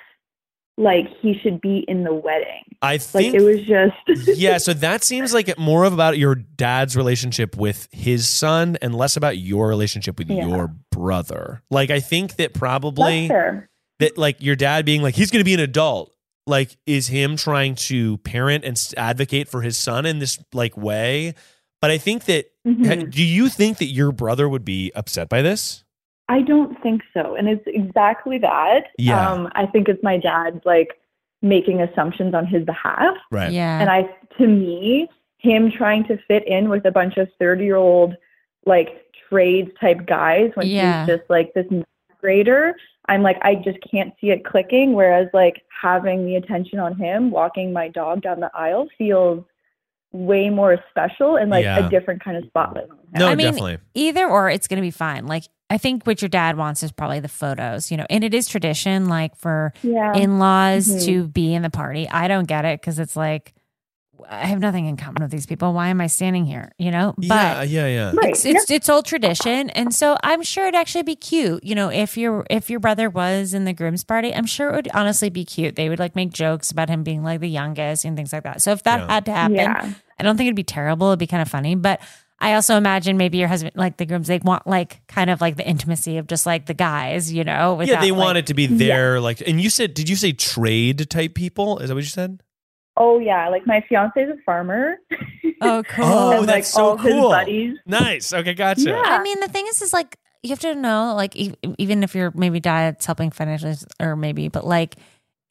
[SPEAKER 7] like he should be in the wedding.
[SPEAKER 1] I
[SPEAKER 7] Like
[SPEAKER 1] think
[SPEAKER 7] it was just
[SPEAKER 1] yeah, so that seems like it more of about your dad's relationship with his son and less about your relationship with
[SPEAKER 7] Yeah.
[SPEAKER 1] your brother. Like I think that
[SPEAKER 7] that's
[SPEAKER 1] probably
[SPEAKER 7] fair.
[SPEAKER 1] that like your dad being like he's going to be an adult like is him trying to parent and s- advocate for his son in this like way. But I think that
[SPEAKER 3] Mm-hmm.
[SPEAKER 7] Mhm.
[SPEAKER 1] do you think that your brother would be upset by this?
[SPEAKER 7] I don't think so, and it's exactly that.
[SPEAKER 1] Yeah.
[SPEAKER 7] Um, I think it's my dad like making assumptions on his behalf,
[SPEAKER 1] Right.
[SPEAKER 2] Yeah.
[SPEAKER 7] and I to me him trying to fit in with a bunch of thirty year old like trades type guys when
[SPEAKER 2] Yeah.
[SPEAKER 7] he's just like this ninth grader. I'm like I just can't see it clicking. Whereas like having the attention on him, walking my dog down the aisle feels way more special and like
[SPEAKER 1] Yeah.
[SPEAKER 7] a different kind of spotlight on him.
[SPEAKER 1] No,
[SPEAKER 2] I mean,
[SPEAKER 1] definitely.
[SPEAKER 2] either or it's going to be fine. Like I think what your dad wants is probably the photos, you know, and it is tradition like for
[SPEAKER 7] Yeah.
[SPEAKER 2] in-laws
[SPEAKER 7] Mhm.
[SPEAKER 2] to be in the party. I don't get it cuz it's like I have nothing in common with these people. Why am I standing here, you know? But
[SPEAKER 1] yeah, yeah, yeah.
[SPEAKER 7] Right.
[SPEAKER 2] it's it's, it's old tradition and so i'm sure it'd actually be cute you know if your if your brother was in the groom's party i'm sure it would honestly be cute they would like make jokes about him being like the youngest and things like that so if that
[SPEAKER 1] Yeah.
[SPEAKER 2] had to happen i don't think it'd be terrible it'd be kind of funny but i also imagine maybe your husband like the grooms they want like kind of like the intimacy of just like the guys you know
[SPEAKER 1] yeah, they
[SPEAKER 2] without,
[SPEAKER 1] want
[SPEAKER 2] like-
[SPEAKER 1] it to be there like and you said did you say trade type people? Is that what you said?
[SPEAKER 7] Oh yeah, like my fiance is a farmer.
[SPEAKER 2] oh cool
[SPEAKER 1] Oh,
[SPEAKER 7] and,
[SPEAKER 1] that's
[SPEAKER 7] like,
[SPEAKER 1] so
[SPEAKER 7] all his
[SPEAKER 1] cool.
[SPEAKER 7] buddies.
[SPEAKER 1] Nice. Okay, gotcha.
[SPEAKER 7] Yeah.
[SPEAKER 2] I mean, the thing is, is like you have to know, like e- even if your maybe dad's helping financially, or maybe, but like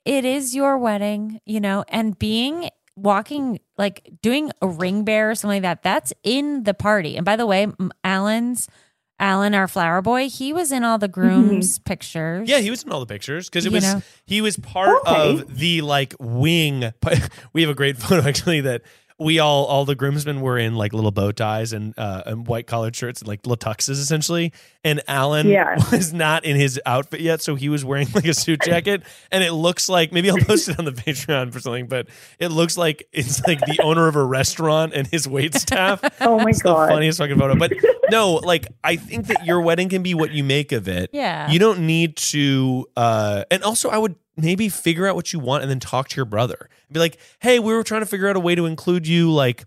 [SPEAKER 2] it is your wedding, you know, and being walking like doing a ring bear or something like that. That's in the party. And by the way, m- Alan's Alan, our flower boy, he was in all the groom's pictures.
[SPEAKER 1] Mm-hmm. Yeah, he was in all the pictures because it
[SPEAKER 2] You
[SPEAKER 1] was
[SPEAKER 2] know?
[SPEAKER 1] he was part
[SPEAKER 7] Okay.
[SPEAKER 1] of the like wing. We have a great photo actually that we all all the groomsmen were in like little bow ties and uh, and white collared shirts and like little tuxes essentially. And Alan
[SPEAKER 7] Yeah.
[SPEAKER 1] was not in his outfit yet, so he was wearing like a suit jacket. And it looks like maybe I'll post it on the Patreon for something, but it looks like it's like the owner of a restaurant and his wait staff
[SPEAKER 7] Oh my
[SPEAKER 1] it's
[SPEAKER 7] god.
[SPEAKER 1] the funniest fucking photo. But no, like I think that your wedding can be what you make of it.
[SPEAKER 2] Yeah.
[SPEAKER 1] You don't need to uh and also I would maybe figure out what you want and then talk to your brother. Be like, hey, we were trying to figure out a way to include you, like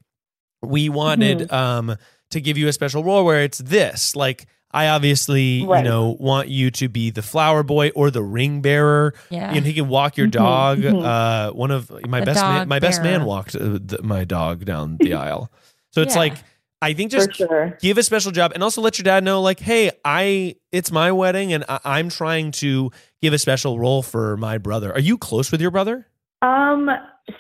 [SPEAKER 1] we wanted
[SPEAKER 7] Mm-hmm.
[SPEAKER 1] um to give you a special role where it's this. Like I obviously,
[SPEAKER 7] Right.
[SPEAKER 1] you know, want you to be the flower boy or the ring bearer
[SPEAKER 2] yeah.
[SPEAKER 1] and he can walk your
[SPEAKER 7] Mhm,
[SPEAKER 1] dog.
[SPEAKER 7] mhm.
[SPEAKER 1] Uh, one of my
[SPEAKER 2] The
[SPEAKER 1] best man,
[SPEAKER 2] dog
[SPEAKER 1] my best man
[SPEAKER 2] bearer.
[SPEAKER 1] walked uh, th- my dog down the aisle. So it's
[SPEAKER 2] Yeah.
[SPEAKER 1] like I think
[SPEAKER 7] For
[SPEAKER 1] just
[SPEAKER 7] sure.
[SPEAKER 1] give a special job and also let your dad know like, hey, I it's my wedding and I, I'm trying to give a special role for my brother. Are you close with your brother?
[SPEAKER 7] Um,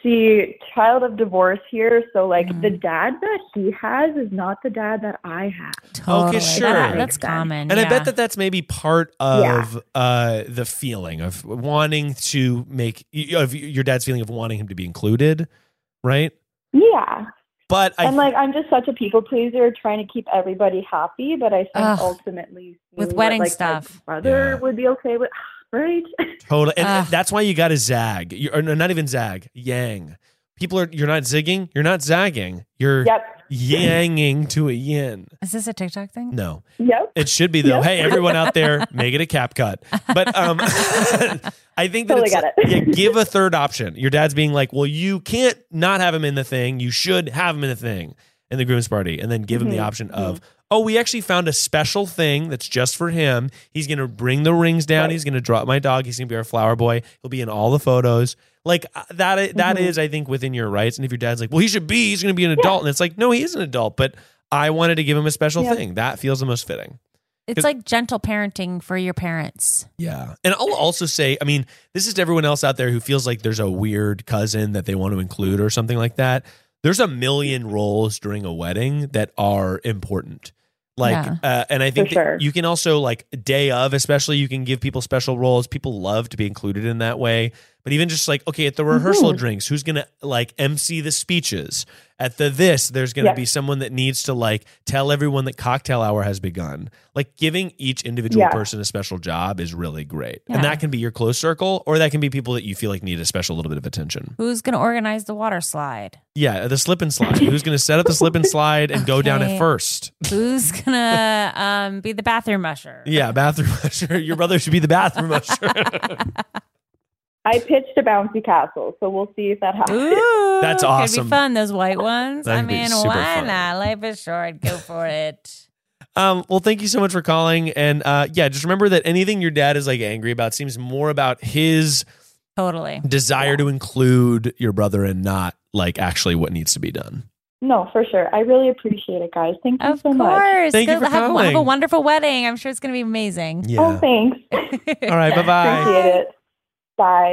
[SPEAKER 7] see, child of divorce here, so like
[SPEAKER 2] Mhm.
[SPEAKER 7] the dad that he has is not the dad that I have.
[SPEAKER 2] totally.
[SPEAKER 1] sure.
[SPEAKER 2] That- that's
[SPEAKER 7] Makes sense.
[SPEAKER 2] common.
[SPEAKER 1] And I
[SPEAKER 2] yeah.
[SPEAKER 1] bet that that's maybe part of uh, the feeling of wanting to make of your dad's feeling of wanting him to be included, right?
[SPEAKER 7] Yeah.
[SPEAKER 1] But I
[SPEAKER 7] and like I'm just such a people pleaser trying to keep everybody happy, but I think
[SPEAKER 2] Ugh.
[SPEAKER 7] ultimately
[SPEAKER 2] With
[SPEAKER 7] seeing
[SPEAKER 2] wedding
[SPEAKER 7] what, like,
[SPEAKER 2] stuff.
[SPEAKER 7] My brother
[SPEAKER 1] Yeah.
[SPEAKER 7] would be okay with right?
[SPEAKER 1] Totally, and
[SPEAKER 2] Ugh.
[SPEAKER 1] that's why you got to zag. You or no, not even zag, yang. People are you're not zigging, you're not zagging, you're
[SPEAKER 7] yep.
[SPEAKER 1] yanging to a yin.
[SPEAKER 2] is this a TikTok thing?
[SPEAKER 1] No,
[SPEAKER 7] Yep.
[SPEAKER 1] it should be though.
[SPEAKER 7] Yep.
[SPEAKER 1] Hey, everyone out there, make it a cap cut. But um, I think that
[SPEAKER 7] Totally
[SPEAKER 1] it's
[SPEAKER 7] got
[SPEAKER 1] like-
[SPEAKER 7] it.
[SPEAKER 1] yeah, give a third option. Your dad's being like, well, you can't not have him in the thing. You should have him in the thing in the groom's party, and then give him the
[SPEAKER 7] Mhm.
[SPEAKER 1] option of. Oh, we actually found a special thing that's just for him. He's gonna bring the rings down.
[SPEAKER 7] Right.
[SPEAKER 1] He's gonna drop my dog. He's gonna be our flower boy. He'll be in all the photos. Like uh, that. i- that
[SPEAKER 7] Mhm.
[SPEAKER 1] is, I think, within your rights. And if your dad's like, well, he should be. He's gonna be an adult, and it's like, no, he is an adult. But I wanted to give him a special
[SPEAKER 7] Yeah.
[SPEAKER 1] thing. That feels the most fitting.
[SPEAKER 2] It's like gentle parenting for your parents.
[SPEAKER 1] Yeah. And I'll also say, I mean, this is to everyone else out there who feels like there's a weird cousin that they want to include or something like that. There's a million roles during a wedding that are important. Like,
[SPEAKER 2] Yeah.
[SPEAKER 1] uh, and I think
[SPEAKER 7] For
[SPEAKER 1] that
[SPEAKER 7] sure.
[SPEAKER 1] you can also, like, day of, especially, you can give people special roles. People love to be included in that way. But even just like, okay, at the rehearsal
[SPEAKER 7] Mm-hmm.
[SPEAKER 1] drinks, who's going to, like, MC the speeches? At the this, there's going to
[SPEAKER 7] Yeah.
[SPEAKER 1] be someone that needs to, like, tell everyone that cocktail hour has begun. Like, giving each individual
[SPEAKER 7] Yeah.
[SPEAKER 1] person person a special job is really great.
[SPEAKER 2] Yeah.
[SPEAKER 1] And that can be your close circle, or that can be people that you feel like need a special little bit of attention.
[SPEAKER 2] Who's going to organize the water slide?
[SPEAKER 1] Yeah, the slip and slide. Who's going to set up the slip and slide and go down
[SPEAKER 2] Okay.
[SPEAKER 1] it first?
[SPEAKER 2] Who's going to um, be the bathroom usher?
[SPEAKER 1] Yeah, bathroom usher. Your brother should be the bathroom usher.
[SPEAKER 7] I pitched a bouncy castle, so we'll see if that happens.
[SPEAKER 2] Ooh,
[SPEAKER 1] That's
[SPEAKER 2] Could
[SPEAKER 1] awesome.
[SPEAKER 2] be fun. Those white ones.
[SPEAKER 1] That
[SPEAKER 2] I
[SPEAKER 1] could be
[SPEAKER 2] mean,
[SPEAKER 1] super
[SPEAKER 2] why
[SPEAKER 1] fun.
[SPEAKER 2] not? Life is short. Go for it.
[SPEAKER 1] Um, well, thank you so much for calling. And uh, yeah, just remember that anything your dad is like angry about seems more about his
[SPEAKER 2] Totally.
[SPEAKER 1] desire to include your brother and not like actually what needs to be done.
[SPEAKER 7] No, for sure. I really appreciate it, guys. Thank you
[SPEAKER 2] Of
[SPEAKER 7] so much.
[SPEAKER 2] course.
[SPEAKER 1] Thank you
[SPEAKER 2] Go-
[SPEAKER 1] for
[SPEAKER 2] have, a- have a
[SPEAKER 1] calling.
[SPEAKER 2] wonderful wedding. I'm sure it's going to be amazing.
[SPEAKER 1] Yeah.
[SPEAKER 7] Oh, thanks.
[SPEAKER 1] All right. Bye bye.
[SPEAKER 7] Appreciate it. Bye.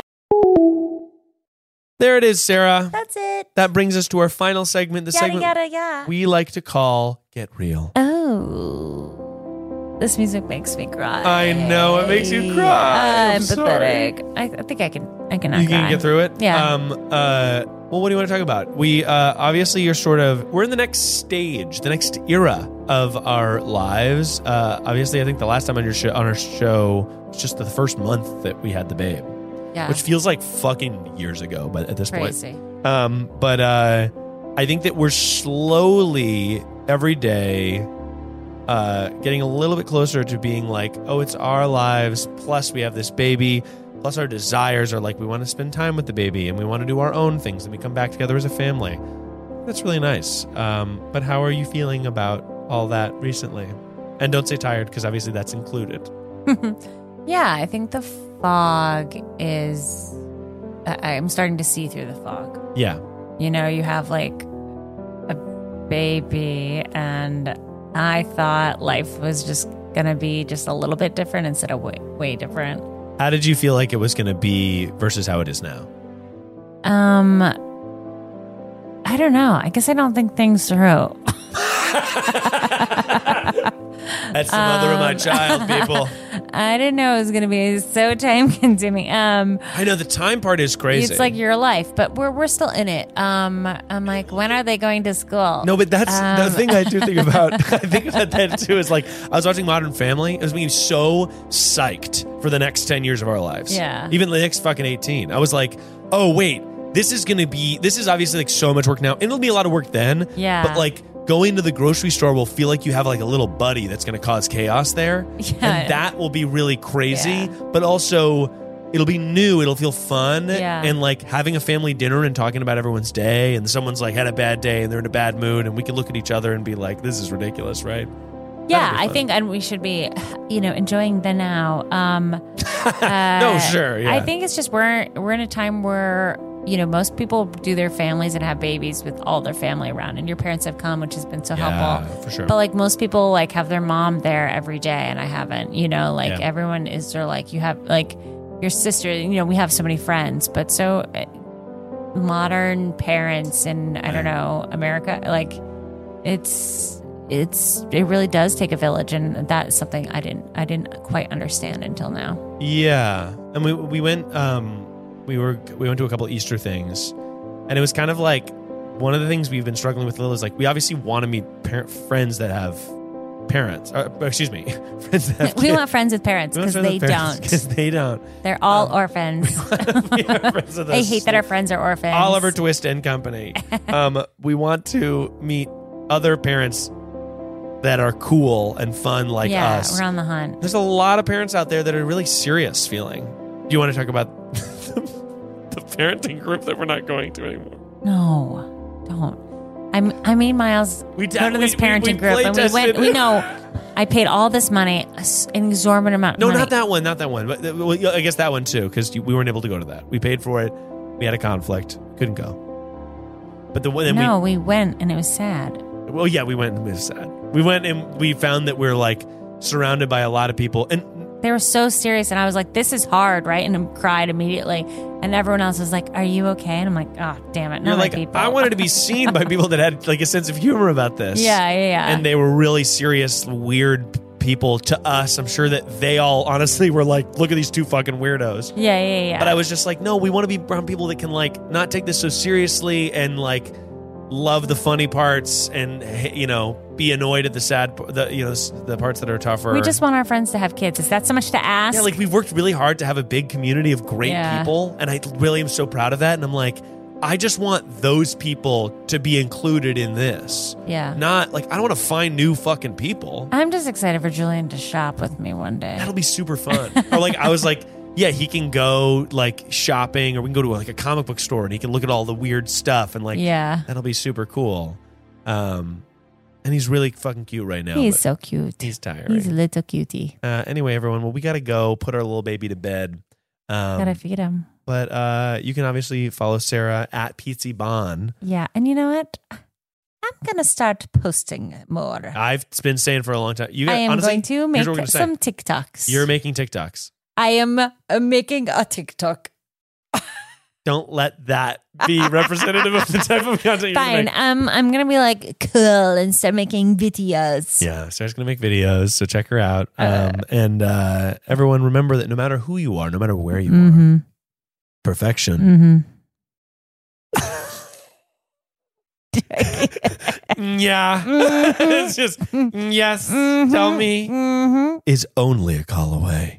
[SPEAKER 1] There it is, Sarah.
[SPEAKER 2] That's it.
[SPEAKER 1] That brings us to our final segment. The
[SPEAKER 2] yada
[SPEAKER 1] segment
[SPEAKER 2] yada yeah.
[SPEAKER 1] we like to call "Get Real."
[SPEAKER 2] oh, this music makes me cry.
[SPEAKER 1] I know, it makes you cry.
[SPEAKER 2] I'm
[SPEAKER 1] I'm sorry.
[SPEAKER 2] pathetic. I, I think I can. I can.
[SPEAKER 1] you can get through it.
[SPEAKER 2] Yeah.
[SPEAKER 1] Um. Uh. Well, what do you want to talk about? We uh, obviously you're sort of we're in the next stage, the next era of our lives. Uh, obviously, I think the last time on your show on our show was just the first month that we had the babe,
[SPEAKER 2] Yeah.
[SPEAKER 1] which feels like fucking years ago. But at this point,
[SPEAKER 2] crazy.
[SPEAKER 1] Um, but uh, I think that we're slowly every day uh, getting a little bit closer to being like, oh, it's our lives. Plus, we have this baby. Plus, our desires are like we want to spend time with the baby and we want to do our own things and we come back together as a family. That's really nice. Um, but how are you feeling about all that recently? And don't say tired because obviously that's included.
[SPEAKER 2] yeah, I think the fog is. I, I'm starting to see through the fog.
[SPEAKER 1] Yeah.
[SPEAKER 2] You know, you have like a baby, and I thought life was just gonna be just a little bit different instead of way, way different.
[SPEAKER 1] How did you feel like it was going to be versus how it is now?
[SPEAKER 2] Um, I don't know. I guess I don't think things through.
[SPEAKER 1] That's the mother of my
[SPEAKER 2] Um,
[SPEAKER 1] child, people.
[SPEAKER 2] I didn't know it was gonna be so time consuming. Um,
[SPEAKER 1] I know the time part is crazy.
[SPEAKER 2] it's like your life, but we're we're still in it. Um, I'm like, when are they going to school?
[SPEAKER 1] No, but that's the
[SPEAKER 2] Um,
[SPEAKER 1] thing I do think about. I think about that too. Is like I was watching Modern Family. It was being so psyched for the next ten years of our lives.
[SPEAKER 2] Yeah.
[SPEAKER 1] even the next fucking eighteen. I was like, oh wait, this is gonna be. This is obviously like so much work now, and it'll be a lot of work then.
[SPEAKER 2] Yeah.
[SPEAKER 1] but like. Going to the grocery store will feel like you have like a little buddy that's going to cause chaos there,
[SPEAKER 2] Yeah.
[SPEAKER 1] and that will be really crazy.
[SPEAKER 2] Yeah.
[SPEAKER 1] But also, it'll be new. It'll feel fun,
[SPEAKER 2] Yeah.
[SPEAKER 1] and like having a family dinner and talking about everyone's day and someone's like had a bad day and they're in a bad mood and we can look at each other and be like this is ridiculous right
[SPEAKER 2] yeah,
[SPEAKER 1] that'll be
[SPEAKER 2] I
[SPEAKER 1] fun.
[SPEAKER 2] think, and we should be, you know, enjoying the now. Um, uh,
[SPEAKER 1] no sure yeah
[SPEAKER 2] I think it's just we're we're in a time where you know most people do their families and have babies with all their family around, and your parents have come, which has been so helpful.
[SPEAKER 1] yeah, for sure
[SPEAKER 2] But like most people, like have their mom there every day, and I haven't. You know, like
[SPEAKER 1] Yeah.
[SPEAKER 2] everyone is there. Like you have like your sister. You know, we have so many friends, but so uh, modern parents and I don't
[SPEAKER 1] Right.
[SPEAKER 2] know America. Like it's it's it really does take a village, and that's something I didn't I didn't quite understand until now.
[SPEAKER 1] yeah and we we went um we were we went to a couple Easter things and it was kind of like one of the things we've been struggling with a little is like we obviously want to meet parent friends that have parents uh, excuse me friends that have
[SPEAKER 2] we
[SPEAKER 1] kids.
[SPEAKER 2] want friends with parents
[SPEAKER 1] We want
[SPEAKER 2] because
[SPEAKER 1] friends
[SPEAKER 2] they
[SPEAKER 1] with parents
[SPEAKER 2] don't.
[SPEAKER 1] 'cause they don't
[SPEAKER 2] They're all orphans.
[SPEAKER 1] We are friends with
[SPEAKER 2] I
[SPEAKER 1] those
[SPEAKER 2] hate that our friends are orphans.
[SPEAKER 1] Oliver Twist and Company. um, we want to meet other parents that are cool and fun like
[SPEAKER 2] yeah,
[SPEAKER 1] us.
[SPEAKER 2] we're on the hunt.
[SPEAKER 1] There's a lot of parents out there that are really serious feeling. Do you want to talk about the parenting group that we're not going to anymore?
[SPEAKER 2] No, don't. I'm, I made Miles
[SPEAKER 1] We
[SPEAKER 2] go to this parenting group and we went.
[SPEAKER 1] playtested-
[SPEAKER 2] We know. I paid all this money, a s- an exorbitant amount. of
[SPEAKER 1] No,
[SPEAKER 2] money.
[SPEAKER 1] not that one. Not that one. But uh, well, yeah, I guess that one too, because we weren't able to go to that. We paid for it. We had a conflict. Couldn't go. But the one then we
[SPEAKER 2] no, we went and it was sad.
[SPEAKER 1] Well, yeah, we went and we sad. We went and we found that we're like surrounded by a lot of people, and
[SPEAKER 2] They were so serious, and I was like, "This is hard, right?" And I cried immediately. And everyone else was like, "Are you okay?" And I'm like, "Oh, damn it!"
[SPEAKER 1] you're
[SPEAKER 2] Not my
[SPEAKER 1] like,
[SPEAKER 2] people.
[SPEAKER 1] I wanted to be seen by people that had like a sense of humor about this.
[SPEAKER 2] yeah, yeah, yeah.
[SPEAKER 1] and they were really serious, weird people to us. I'm sure that they all honestly were like, look at these two fucking weirdos.
[SPEAKER 2] yeah, yeah, yeah.
[SPEAKER 1] But I was just like, no, we want to be around people that can like not take this so seriously and like love the funny parts and you know be annoyed at the sad, the you know the parts that are tougher.
[SPEAKER 2] we just want our friends to have kids. Is that so much to ask?
[SPEAKER 1] Yeah, like we've worked really hard to have a big community of great
[SPEAKER 2] Yeah.
[SPEAKER 1] people, and I really am so proud of that. And I'm like, I just want those people to be included in this.
[SPEAKER 2] yeah.
[SPEAKER 1] Not like I don't want to find new fucking people.
[SPEAKER 2] I'm just excited for Julian to shop with me one day.
[SPEAKER 1] That'll be super fun. or like I was like, yeah, he can go like shopping or we can go to like a comic book store and he can look at all the weird stuff and like
[SPEAKER 2] Yeah.
[SPEAKER 1] that'll be super cool. Um and he's really fucking cute right now.
[SPEAKER 2] He is
[SPEAKER 1] but
[SPEAKER 2] so cute.
[SPEAKER 1] He's tired.
[SPEAKER 2] He's a little cutie.
[SPEAKER 1] uh anyway, everyone, well we got to go put our little baby to bed. Um
[SPEAKER 2] Gotta feed him.
[SPEAKER 1] but uh you can obviously follow Sarah at Pizzy Bon.
[SPEAKER 2] Yeah. And you know what? I'm gonna start posting more.
[SPEAKER 1] I've been saying for a long time. Uh, You
[SPEAKER 2] I
[SPEAKER 1] guys-
[SPEAKER 2] am
[SPEAKER 1] honestly,
[SPEAKER 2] going to
[SPEAKER 1] here's
[SPEAKER 2] make
[SPEAKER 1] what we're gonna say.
[SPEAKER 2] some TikToks.
[SPEAKER 1] You're making TikToks.
[SPEAKER 2] I am uh, making a TikTok.
[SPEAKER 1] Don't let that be representative of the type of content you're
[SPEAKER 2] Fine.
[SPEAKER 1] making.
[SPEAKER 2] Um, I'm gonna be like cool and start making videos.
[SPEAKER 1] Yeah, Sarah's gonna make videos, so check her out. Um, and uh, everyone, remember that no matter who you are, no matter where you are,
[SPEAKER 2] Mm-hmm.
[SPEAKER 1] perfection.
[SPEAKER 2] Mm-hmm. Mm-hmm.
[SPEAKER 1] Yeah, it's just yes. Tell me,
[SPEAKER 2] Mm-hmm.
[SPEAKER 1] is only a call away.